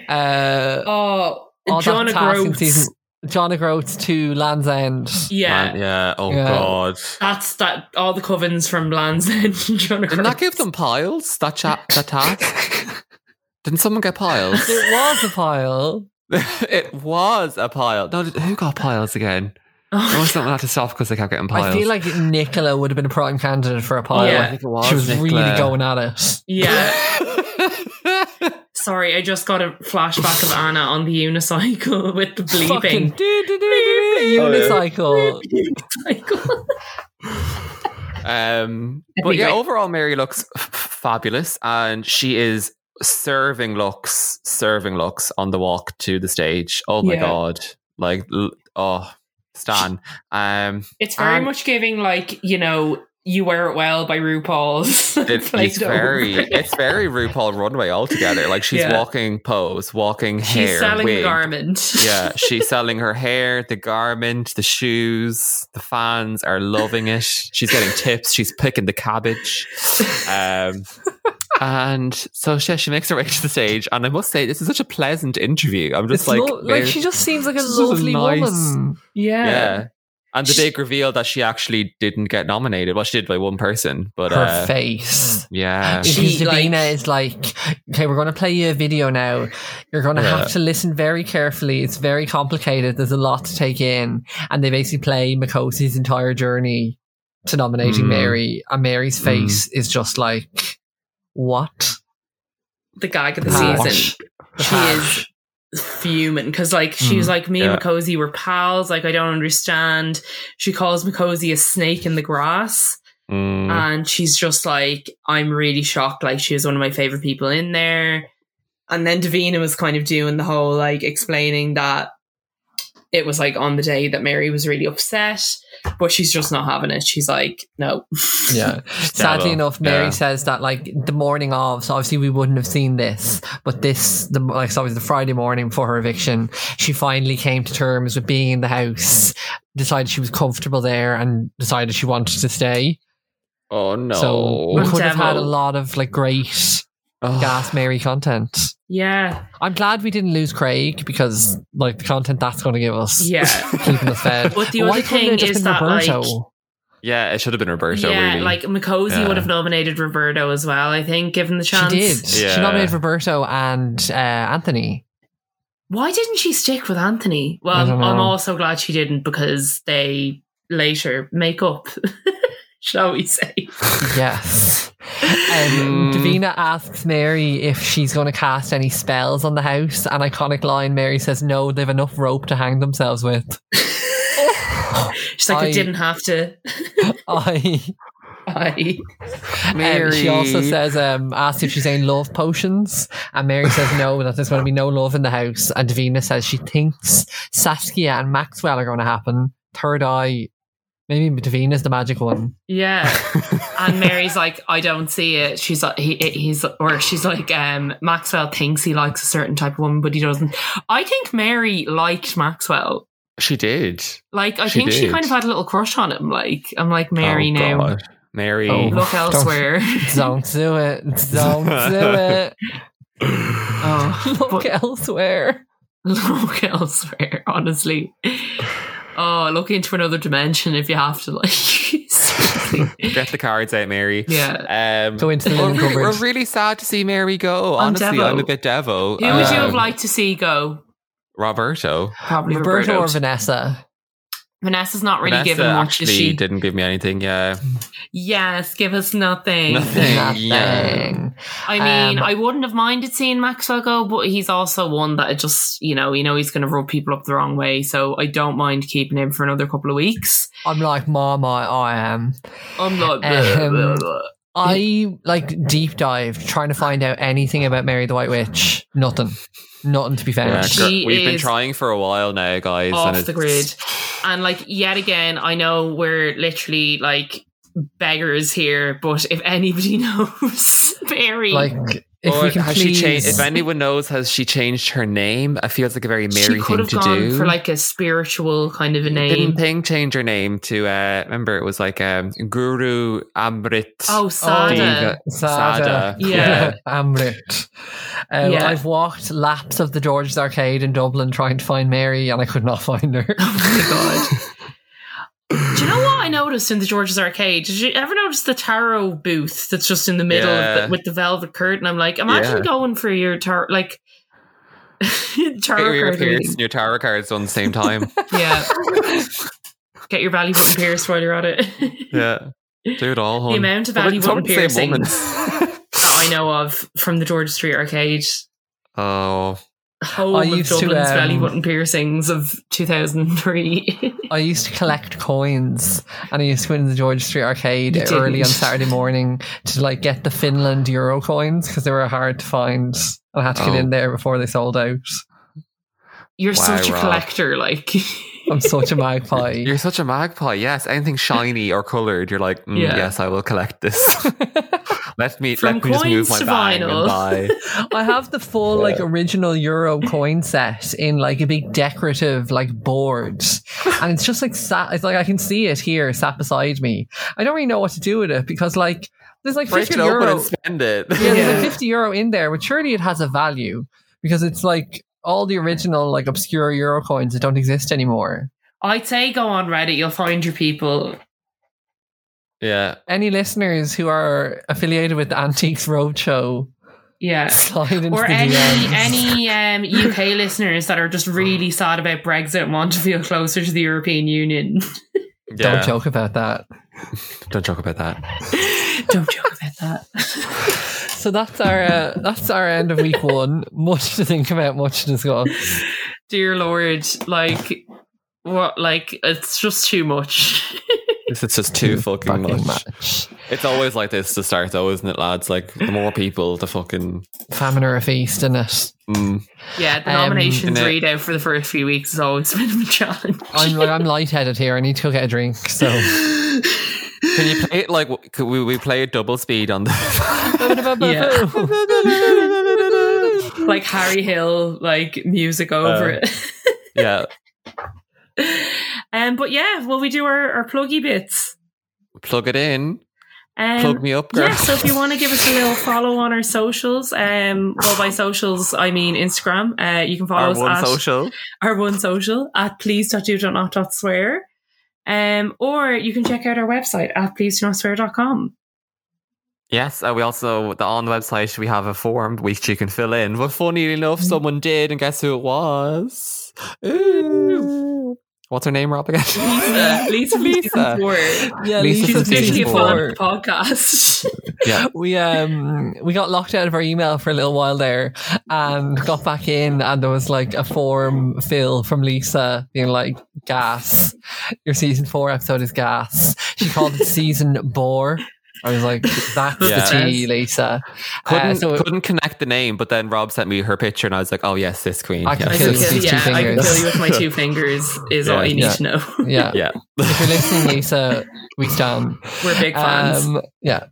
[SPEAKER 2] uh
[SPEAKER 3] Oh,
[SPEAKER 2] all
[SPEAKER 3] John
[SPEAKER 2] that task in
[SPEAKER 3] O'Groats.
[SPEAKER 2] season John O'Groats to Land's End?
[SPEAKER 3] Yeah.
[SPEAKER 1] Man, yeah. Oh
[SPEAKER 2] Yeah.
[SPEAKER 1] god.
[SPEAKER 3] That's that. All the covens from Land's End. and John
[SPEAKER 1] Didn't that
[SPEAKER 3] O'Groats.
[SPEAKER 1] give them piles? That chat that task? Didn't someone get piles?
[SPEAKER 2] It was a pile.
[SPEAKER 1] it was a pile. No, did- who got piles again? I
[SPEAKER 3] Oh,
[SPEAKER 1] was not allowed to stop because they kept getting piles.
[SPEAKER 2] I feel like Nicola would have been a prime candidate for a pile.
[SPEAKER 3] Yeah.
[SPEAKER 1] I think it was.
[SPEAKER 2] She was really
[SPEAKER 1] Nicola.
[SPEAKER 2] going at it.
[SPEAKER 3] yeah. Sorry, I just got a flashback of Anna on the unicycle with the
[SPEAKER 2] Fucking
[SPEAKER 3] bleeping.
[SPEAKER 2] do, do, do, do, do,
[SPEAKER 1] Oh, yeah.
[SPEAKER 2] unicycle.
[SPEAKER 3] Unicycle.
[SPEAKER 1] Um, but yeah,
[SPEAKER 3] Anyway.
[SPEAKER 1] overall, Mary looks f- fabulous, and she is serving looks, serving looks on the walk to the stage. Oh my
[SPEAKER 3] Yeah.
[SPEAKER 1] god! Like, l- oh, Stan. Um,
[SPEAKER 3] It's very
[SPEAKER 1] Um,
[SPEAKER 3] much giving like you know You Wear It Well by RuPaul's.
[SPEAKER 1] It, it's
[SPEAKER 3] played over
[SPEAKER 1] very
[SPEAKER 3] it.
[SPEAKER 1] it's very RuPaul runway altogether. Like she's
[SPEAKER 3] Yeah.
[SPEAKER 1] walking pose, walking hair,
[SPEAKER 3] She's selling
[SPEAKER 1] wig.
[SPEAKER 3] the garment.
[SPEAKER 1] yeah, she's selling her hair, the garment, the shoes. The fans are loving it. She's getting tips. She's picking the cabbage. Um, and so she, she makes her way to the stage. And I must say, this is such a pleasant interview. I'm just
[SPEAKER 2] It's
[SPEAKER 1] like,
[SPEAKER 2] like, like
[SPEAKER 1] very-
[SPEAKER 2] she just seems like a
[SPEAKER 1] this is a
[SPEAKER 2] lovely
[SPEAKER 1] nice-
[SPEAKER 2] woman.
[SPEAKER 3] yeah.
[SPEAKER 1] yeah. And the
[SPEAKER 3] She-
[SPEAKER 1] big reveal that she actually didn't get nominated. Well, she did by one person, but
[SPEAKER 2] Her
[SPEAKER 1] uh,
[SPEAKER 2] face.
[SPEAKER 1] yeah,
[SPEAKER 3] She,
[SPEAKER 2] She, Davina
[SPEAKER 3] like-
[SPEAKER 2] is like, okay, we're going to play you a video now. You're going to
[SPEAKER 1] Yeah.
[SPEAKER 2] have to listen very carefully. It's very complicated. There's a lot to take in. And they basically play Makosi's entire journey to nominating
[SPEAKER 1] Mm.
[SPEAKER 2] Mary. And Mary's
[SPEAKER 1] Hmm.
[SPEAKER 2] face is just like, what?
[SPEAKER 3] The gag of the
[SPEAKER 2] The
[SPEAKER 3] season.
[SPEAKER 2] patch.
[SPEAKER 3] She is fuming because, like, she was like, me
[SPEAKER 1] Mm, yeah.
[SPEAKER 3] and Makosi were pals. Like, I don't understand. She calls Makosi a snake in the grass.
[SPEAKER 1] Mm.
[SPEAKER 3] and she's just like, I'm really shocked. Like she was one of my favorite people in there. And then Davina was kind of doing the whole like explaining that it was like on the day that Mary was really upset, but she's just not having it. She's like, no,
[SPEAKER 2] Yeah. Sadly
[SPEAKER 1] Shallow.
[SPEAKER 2] enough, Mary
[SPEAKER 1] Yeah.
[SPEAKER 2] says that like the morning of, so obviously we wouldn't have seen this, but this the like so obviously the Friday morning before her eviction, she finally came to terms with being in the house, decided she was comfortable there, and decided she wanted to stay.
[SPEAKER 1] oh no,
[SPEAKER 2] So we
[SPEAKER 3] What
[SPEAKER 2] could have had a
[SPEAKER 3] devil.
[SPEAKER 2] lot of like great
[SPEAKER 1] Ugh.
[SPEAKER 2] gas Mary content.
[SPEAKER 3] yeah,
[SPEAKER 2] I'm glad we didn't lose Craig because like the content that's going to give us,
[SPEAKER 3] yeah.
[SPEAKER 2] keeping us fed.
[SPEAKER 3] But the
[SPEAKER 2] Why
[SPEAKER 3] other
[SPEAKER 2] couldn't it
[SPEAKER 3] thing
[SPEAKER 2] have just
[SPEAKER 3] is
[SPEAKER 2] been
[SPEAKER 3] that, like,
[SPEAKER 2] Roberto?
[SPEAKER 1] Yeah, it should have been Roberto.
[SPEAKER 3] yeah,
[SPEAKER 1] really.
[SPEAKER 3] like Makosi
[SPEAKER 1] Yeah.
[SPEAKER 3] would have nominated Roberto as well, I think, given the
[SPEAKER 2] she
[SPEAKER 3] chance.
[SPEAKER 2] did. She
[SPEAKER 1] Yeah.
[SPEAKER 2] nominated Roberto and uh, Anthony.
[SPEAKER 3] Why didn't she stick with Anthony? Well,
[SPEAKER 2] I don't
[SPEAKER 3] I'm, I'm
[SPEAKER 2] know.
[SPEAKER 3] also glad she didn't because they later make up, shall we say.
[SPEAKER 2] Yes. Um,
[SPEAKER 1] Mm.
[SPEAKER 2] Davina asks Mary if she's going to cast any spells on the house. An iconic line Mary says, No, they've enough rope to hang themselves with.
[SPEAKER 3] She's like, I,
[SPEAKER 2] I-
[SPEAKER 3] didn't have to.
[SPEAKER 2] I,
[SPEAKER 3] I,
[SPEAKER 2] um, she also says, um, asks if she's in love potions. And Mary says, No, that there's going to be no love in the house. And Davina says she thinks Saskia and Maxwell are going to happen. Third eye. Maybe Davina's the magic one.
[SPEAKER 3] yeah. And Mary's like, I don't see it. She's like, he, he's, or she's like, um, Maxwell thinks he likes a certain type of woman, but he doesn't. I think Mary liked Maxwell.
[SPEAKER 1] she did.
[SPEAKER 3] Like, I
[SPEAKER 1] She
[SPEAKER 3] think she
[SPEAKER 1] did.
[SPEAKER 3] kind of had a little crush on him. Like, I'm like, Mary,
[SPEAKER 1] oh,
[SPEAKER 3] now
[SPEAKER 1] God. Mary.
[SPEAKER 2] Oh.
[SPEAKER 3] look
[SPEAKER 2] Don't-
[SPEAKER 3] elsewhere.
[SPEAKER 2] Don't do it. Don't do it.
[SPEAKER 3] oh,
[SPEAKER 2] Look
[SPEAKER 3] but-
[SPEAKER 2] elsewhere.
[SPEAKER 3] look elsewhere, honestly. Oh, look into another dimension if you have to, like. seriously.
[SPEAKER 1] Get the cards out, Mary.
[SPEAKER 3] yeah.
[SPEAKER 1] Um,
[SPEAKER 2] Go into the
[SPEAKER 1] we're,
[SPEAKER 2] linen
[SPEAKER 1] really,
[SPEAKER 2] cupboard.
[SPEAKER 1] we're really sad to see Mary go.
[SPEAKER 3] On
[SPEAKER 1] Honestly,
[SPEAKER 3] Devo.
[SPEAKER 1] I'm a bit
[SPEAKER 3] Who
[SPEAKER 1] Devo.
[SPEAKER 3] would you have
[SPEAKER 1] Um,
[SPEAKER 3] liked to see go?
[SPEAKER 1] Roberto.
[SPEAKER 3] Probably
[SPEAKER 2] Roberto,
[SPEAKER 3] Roberto.
[SPEAKER 2] or Vanessa.
[SPEAKER 3] Vanessa's not really
[SPEAKER 1] Vanessa
[SPEAKER 3] given much,
[SPEAKER 1] actually
[SPEAKER 3] is she?
[SPEAKER 1] didn't give me anything. Yeah,
[SPEAKER 3] Yes, give us nothing.
[SPEAKER 1] Nothing. Yeah.
[SPEAKER 2] Nothing.
[SPEAKER 3] I mean,
[SPEAKER 2] Um,
[SPEAKER 3] I wouldn't have minded seeing Maxwell go, but he's also one that I just, you know, you know he's going to rub people up the wrong way, so I don't mind keeping him for another couple of weeks.
[SPEAKER 2] I'm like, Mom, I, I am.
[SPEAKER 3] I'm not.
[SPEAKER 2] Um, I like deep dive trying to find out anything about Mary the White Witch. Nothing. Nothing to be
[SPEAKER 1] yeah
[SPEAKER 2] found.
[SPEAKER 1] gr-
[SPEAKER 3] She
[SPEAKER 1] we've been
[SPEAKER 3] is
[SPEAKER 1] trying for a while now, guys.
[SPEAKER 3] off
[SPEAKER 1] and
[SPEAKER 3] the
[SPEAKER 1] it's-
[SPEAKER 3] grid. And like yet again, I know we're literally like beggars here, but if anybody knows Mary,
[SPEAKER 2] Like, if
[SPEAKER 1] Or
[SPEAKER 2] we can
[SPEAKER 1] has
[SPEAKER 2] please,
[SPEAKER 1] she changed? If anyone knows, has she changed her name? It feels like a very Mary
[SPEAKER 3] she could
[SPEAKER 1] thing
[SPEAKER 3] have
[SPEAKER 1] to
[SPEAKER 3] gone
[SPEAKER 1] do.
[SPEAKER 3] for like a spiritual kind of a
[SPEAKER 1] Didn't
[SPEAKER 3] name.
[SPEAKER 1] Ping change her name to? Uh, remember, it was like um, Guru Amrit.
[SPEAKER 3] Oh, Sada.
[SPEAKER 1] Diva.
[SPEAKER 2] Sada.
[SPEAKER 1] uh, Sada.
[SPEAKER 3] Yeah.
[SPEAKER 2] Amrit. Um,
[SPEAKER 3] Yeah.
[SPEAKER 2] I've walked laps of the George's Arcade in Dublin trying to find Mary, and I could not find her.
[SPEAKER 3] Oh my god. Do you know what I noticed in the George's Arcade? Did you ever notice the tarot booth that's just in the middle of the-
[SPEAKER 1] Yeah.
[SPEAKER 3] with the velvet curtain? I'm like, imagine
[SPEAKER 1] Yeah.
[SPEAKER 3] going for your tarot, like tarot
[SPEAKER 1] Your
[SPEAKER 3] card
[SPEAKER 1] pierce
[SPEAKER 3] reading.
[SPEAKER 1] and your tarot cards on the same time.
[SPEAKER 3] Yeah. Get your belly button pierced while you're at it.
[SPEAKER 1] yeah, do it all.
[SPEAKER 3] the
[SPEAKER 1] hon.
[SPEAKER 3] amount of
[SPEAKER 1] But
[SPEAKER 3] belly
[SPEAKER 1] it's all
[SPEAKER 3] button
[SPEAKER 1] the same woman.
[SPEAKER 3] piercings that I know of from the George Street Arcade,
[SPEAKER 1] oh,
[SPEAKER 3] home
[SPEAKER 2] I
[SPEAKER 3] of
[SPEAKER 2] used to,
[SPEAKER 3] Dublin's belly
[SPEAKER 2] um,
[SPEAKER 3] button piercings of 2003.
[SPEAKER 2] I used to collect coins and I used to go into the George Street Arcade
[SPEAKER 3] You didn't.
[SPEAKER 2] early on Saturday morning to like get the Finland Euro coins because they were hard to find. I had to get
[SPEAKER 1] Oh.
[SPEAKER 2] in there before they sold out.
[SPEAKER 3] You're
[SPEAKER 1] Wow,
[SPEAKER 3] such a
[SPEAKER 1] Rob.
[SPEAKER 3] collector, like.
[SPEAKER 2] I'm such a magpie.
[SPEAKER 1] You're such a magpie. Yes, anything shiny or colored, you're like, mm,
[SPEAKER 3] Yeah.
[SPEAKER 1] yes, I will collect this. let me
[SPEAKER 3] From
[SPEAKER 1] let me just move
[SPEAKER 3] coins
[SPEAKER 1] my
[SPEAKER 3] to
[SPEAKER 1] bag and
[SPEAKER 3] vinyl.
[SPEAKER 1] buy.
[SPEAKER 2] I have the full like original euro coin set in like a big decorative like board, and it's just like sat. It's like I can see it here, sat beside me. I don't really know what to do with it because like there's like
[SPEAKER 1] Break
[SPEAKER 2] fifty
[SPEAKER 1] it open
[SPEAKER 2] euro.
[SPEAKER 1] and spend it.
[SPEAKER 2] Yeah, there's
[SPEAKER 3] Yeah.
[SPEAKER 2] like fifty euro in there, but surely it has a value because it's like all the original like obscure euro coins that don't exist anymore.
[SPEAKER 3] I'd say go on Reddit, you'll find your people.
[SPEAKER 1] yeah.
[SPEAKER 2] Any listeners who are affiliated with the Antiques Roadshow,
[SPEAKER 3] Yeah.
[SPEAKER 2] slide into
[SPEAKER 3] Or
[SPEAKER 2] the
[SPEAKER 3] any
[SPEAKER 2] DMs.
[SPEAKER 3] any um, UK listeners that are just really sad about Brexit and want to feel closer to the European Union.
[SPEAKER 1] yeah.
[SPEAKER 2] Don't joke about that.
[SPEAKER 1] Don't joke about that.
[SPEAKER 3] Don't joke about that.
[SPEAKER 2] So that's our uh, that's our end of week one. Much to think about, much to discuss.
[SPEAKER 3] Dear Lord, like what like it's just too much.
[SPEAKER 1] This is just too Mm. fucking, much.
[SPEAKER 2] much.
[SPEAKER 1] It's always like this to start, though, isn't it, lads? Like the more people, the fucking.
[SPEAKER 2] Famine or a feast, in it?
[SPEAKER 1] Mm.
[SPEAKER 3] Yeah, the
[SPEAKER 2] Um,
[SPEAKER 3] nominations
[SPEAKER 1] innit?
[SPEAKER 3] readout for the first few weeks has always been a challenge.
[SPEAKER 2] I'm like I'm lightheaded here. I need to go get a drink. So
[SPEAKER 1] Can you play it like could we we play it double speed on the?
[SPEAKER 3] Yeah. like Harry Hill, like music over
[SPEAKER 1] Uh.
[SPEAKER 3] it.
[SPEAKER 1] yeah,
[SPEAKER 3] Um, but yeah, will we do our, our pluggy bits?
[SPEAKER 1] plug it in.
[SPEAKER 3] Um,
[SPEAKER 1] Plug me up, girl.
[SPEAKER 3] yeah, so if you want to give us a little follow on our socials, um, well, by socials, I mean Instagram, uh, you can follow
[SPEAKER 1] Our
[SPEAKER 3] us
[SPEAKER 1] one
[SPEAKER 3] at
[SPEAKER 1] social.
[SPEAKER 3] our one social at please.do.not.swear. Um, or you can check out our website at please.do.not.swear.com.
[SPEAKER 1] Yes, and we also the on the website we have a form which you can fill in. Well, funny enough,
[SPEAKER 3] Mm.
[SPEAKER 1] someone did, and guess who it was?
[SPEAKER 3] Mm.
[SPEAKER 1] Ooh. What's her name, Rob? Again?
[SPEAKER 3] Lisa, Lisa,
[SPEAKER 1] Lisa.
[SPEAKER 3] Lisa.
[SPEAKER 2] yeah,
[SPEAKER 1] Lisa
[SPEAKER 3] She's
[SPEAKER 1] Lisa Simpson's
[SPEAKER 3] officially a fan of
[SPEAKER 1] bored.
[SPEAKER 3] the podcast.
[SPEAKER 1] yeah,
[SPEAKER 2] we um we got locked out of our email for a little while there and got back in and there was like a form fill from Lisa being like gas your season four episode is gas she called it season bore I was like that's
[SPEAKER 1] Yeah.
[SPEAKER 2] the tea Lisa
[SPEAKER 1] couldn't
[SPEAKER 2] Uh, so-
[SPEAKER 1] couldn't connect the name, but then Rob sent me her picture, and I was like, oh yes, this queen.
[SPEAKER 2] I can
[SPEAKER 3] I
[SPEAKER 1] Yes.
[SPEAKER 2] feel
[SPEAKER 3] can
[SPEAKER 2] Kills
[SPEAKER 3] kill,
[SPEAKER 2] these two
[SPEAKER 3] yeah, I can
[SPEAKER 2] fingers.
[SPEAKER 3] kill you with my two fingers is all
[SPEAKER 1] Yeah.
[SPEAKER 3] you need
[SPEAKER 2] Yeah.
[SPEAKER 3] to know.
[SPEAKER 2] yeah
[SPEAKER 1] yeah.
[SPEAKER 2] if you're listening Lisa we stand
[SPEAKER 3] We're big fans.
[SPEAKER 2] um yeah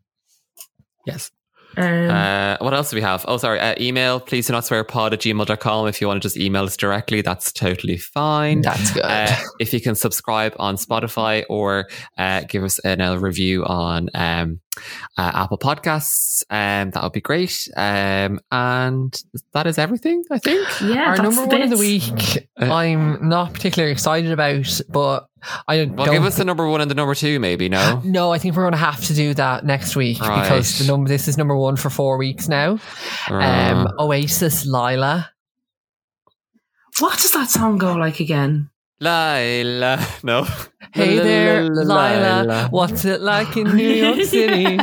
[SPEAKER 1] yes.
[SPEAKER 3] Um,
[SPEAKER 1] Uh, what else do we have? Oh, sorry. Uh, email, please do not swear pod at gmail.com. If you want to just email us directly, that's totally fine.
[SPEAKER 2] that's good
[SPEAKER 1] Uh, if you can subscribe on Spotify or uh, give us an, a review on um, uh, Apple Podcasts, um, that would be great. Um, and that is everything, I think.
[SPEAKER 3] yeah,
[SPEAKER 2] our
[SPEAKER 3] that's
[SPEAKER 2] number
[SPEAKER 3] the
[SPEAKER 2] one of the
[SPEAKER 3] bits.
[SPEAKER 2] week
[SPEAKER 1] Uh,
[SPEAKER 2] I'm not particularly excited about, but I don't.
[SPEAKER 1] Well, give us the number one and the number two, maybe. No,
[SPEAKER 2] no, I think we're going to have to do that next week
[SPEAKER 1] Right.
[SPEAKER 2] because the number this is number one for four weeks now.
[SPEAKER 1] Uh,
[SPEAKER 2] Um, Oasis Lila.
[SPEAKER 3] What does that song go like again?
[SPEAKER 1] Lila, no.
[SPEAKER 2] Hey there, Lila.
[SPEAKER 1] Lila.
[SPEAKER 2] What's it like in New York City?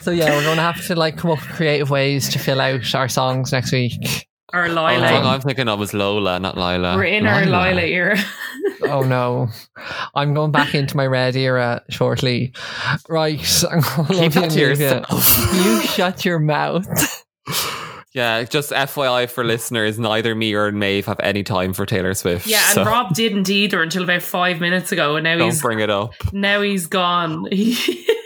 [SPEAKER 2] So yeah, we're going to have to like come up with creative ways to fill out our songs next week.
[SPEAKER 3] Our
[SPEAKER 1] Oh, the song
[SPEAKER 3] Lila.
[SPEAKER 1] I'm thinking of was Lola, not Lila.
[SPEAKER 3] We're in our
[SPEAKER 2] Lila.
[SPEAKER 3] Lila era.
[SPEAKER 2] Oh no, I'm going back into my red era shortly. Right, I'm going
[SPEAKER 1] Keep
[SPEAKER 2] to
[SPEAKER 1] that to
[SPEAKER 2] leave you.
[SPEAKER 1] yourself.
[SPEAKER 2] You shut your mouth.
[SPEAKER 1] Yeah, just FYI for listeners, neither me or Maeve have any time for Taylor Swift.
[SPEAKER 3] Yeah, and
[SPEAKER 1] so
[SPEAKER 3] Rob didn't either until about five minutes ago, and now
[SPEAKER 1] don't
[SPEAKER 3] he's
[SPEAKER 1] bring it up.
[SPEAKER 3] now he's gone.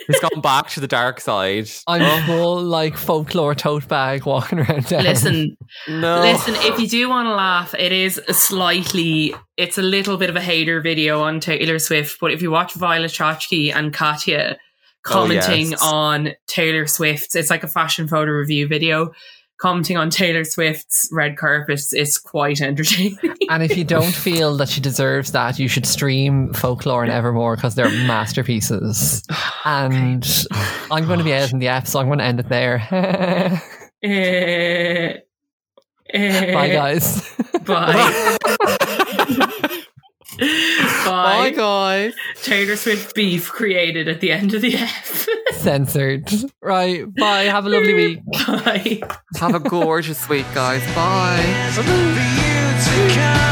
[SPEAKER 1] He's gone back to the dark side. Oh.
[SPEAKER 2] I'm full like folklore tote bag walking around town.
[SPEAKER 3] listen,
[SPEAKER 1] No.
[SPEAKER 3] listen. If you do want to laugh, it is a slightly, it's a little bit of a hater video on Taylor Swift. But if you watch Violet Chachki and Katya commenting
[SPEAKER 1] Oh, yes.
[SPEAKER 3] on Taylor Swift's, it's like a fashion photo review video. Commenting on Taylor Swift's red carpets, it's quite entertaining.
[SPEAKER 2] And if you don't feel that she deserves that, you should stream folklore and evermore because they're masterpieces. And I'm going to be editing the app, so I'm going to end it there.
[SPEAKER 3] Eh, eh,
[SPEAKER 2] Bye, guys.
[SPEAKER 3] Bye.
[SPEAKER 1] Bye,
[SPEAKER 3] Bye.
[SPEAKER 1] guys.
[SPEAKER 3] Taylor Swift beef created at the end of the F.
[SPEAKER 2] Censored. Right. Bye. Have a lovely week.
[SPEAKER 3] Bye.
[SPEAKER 1] Have a gorgeous week, guys. Bye.
[SPEAKER 4] for you to come.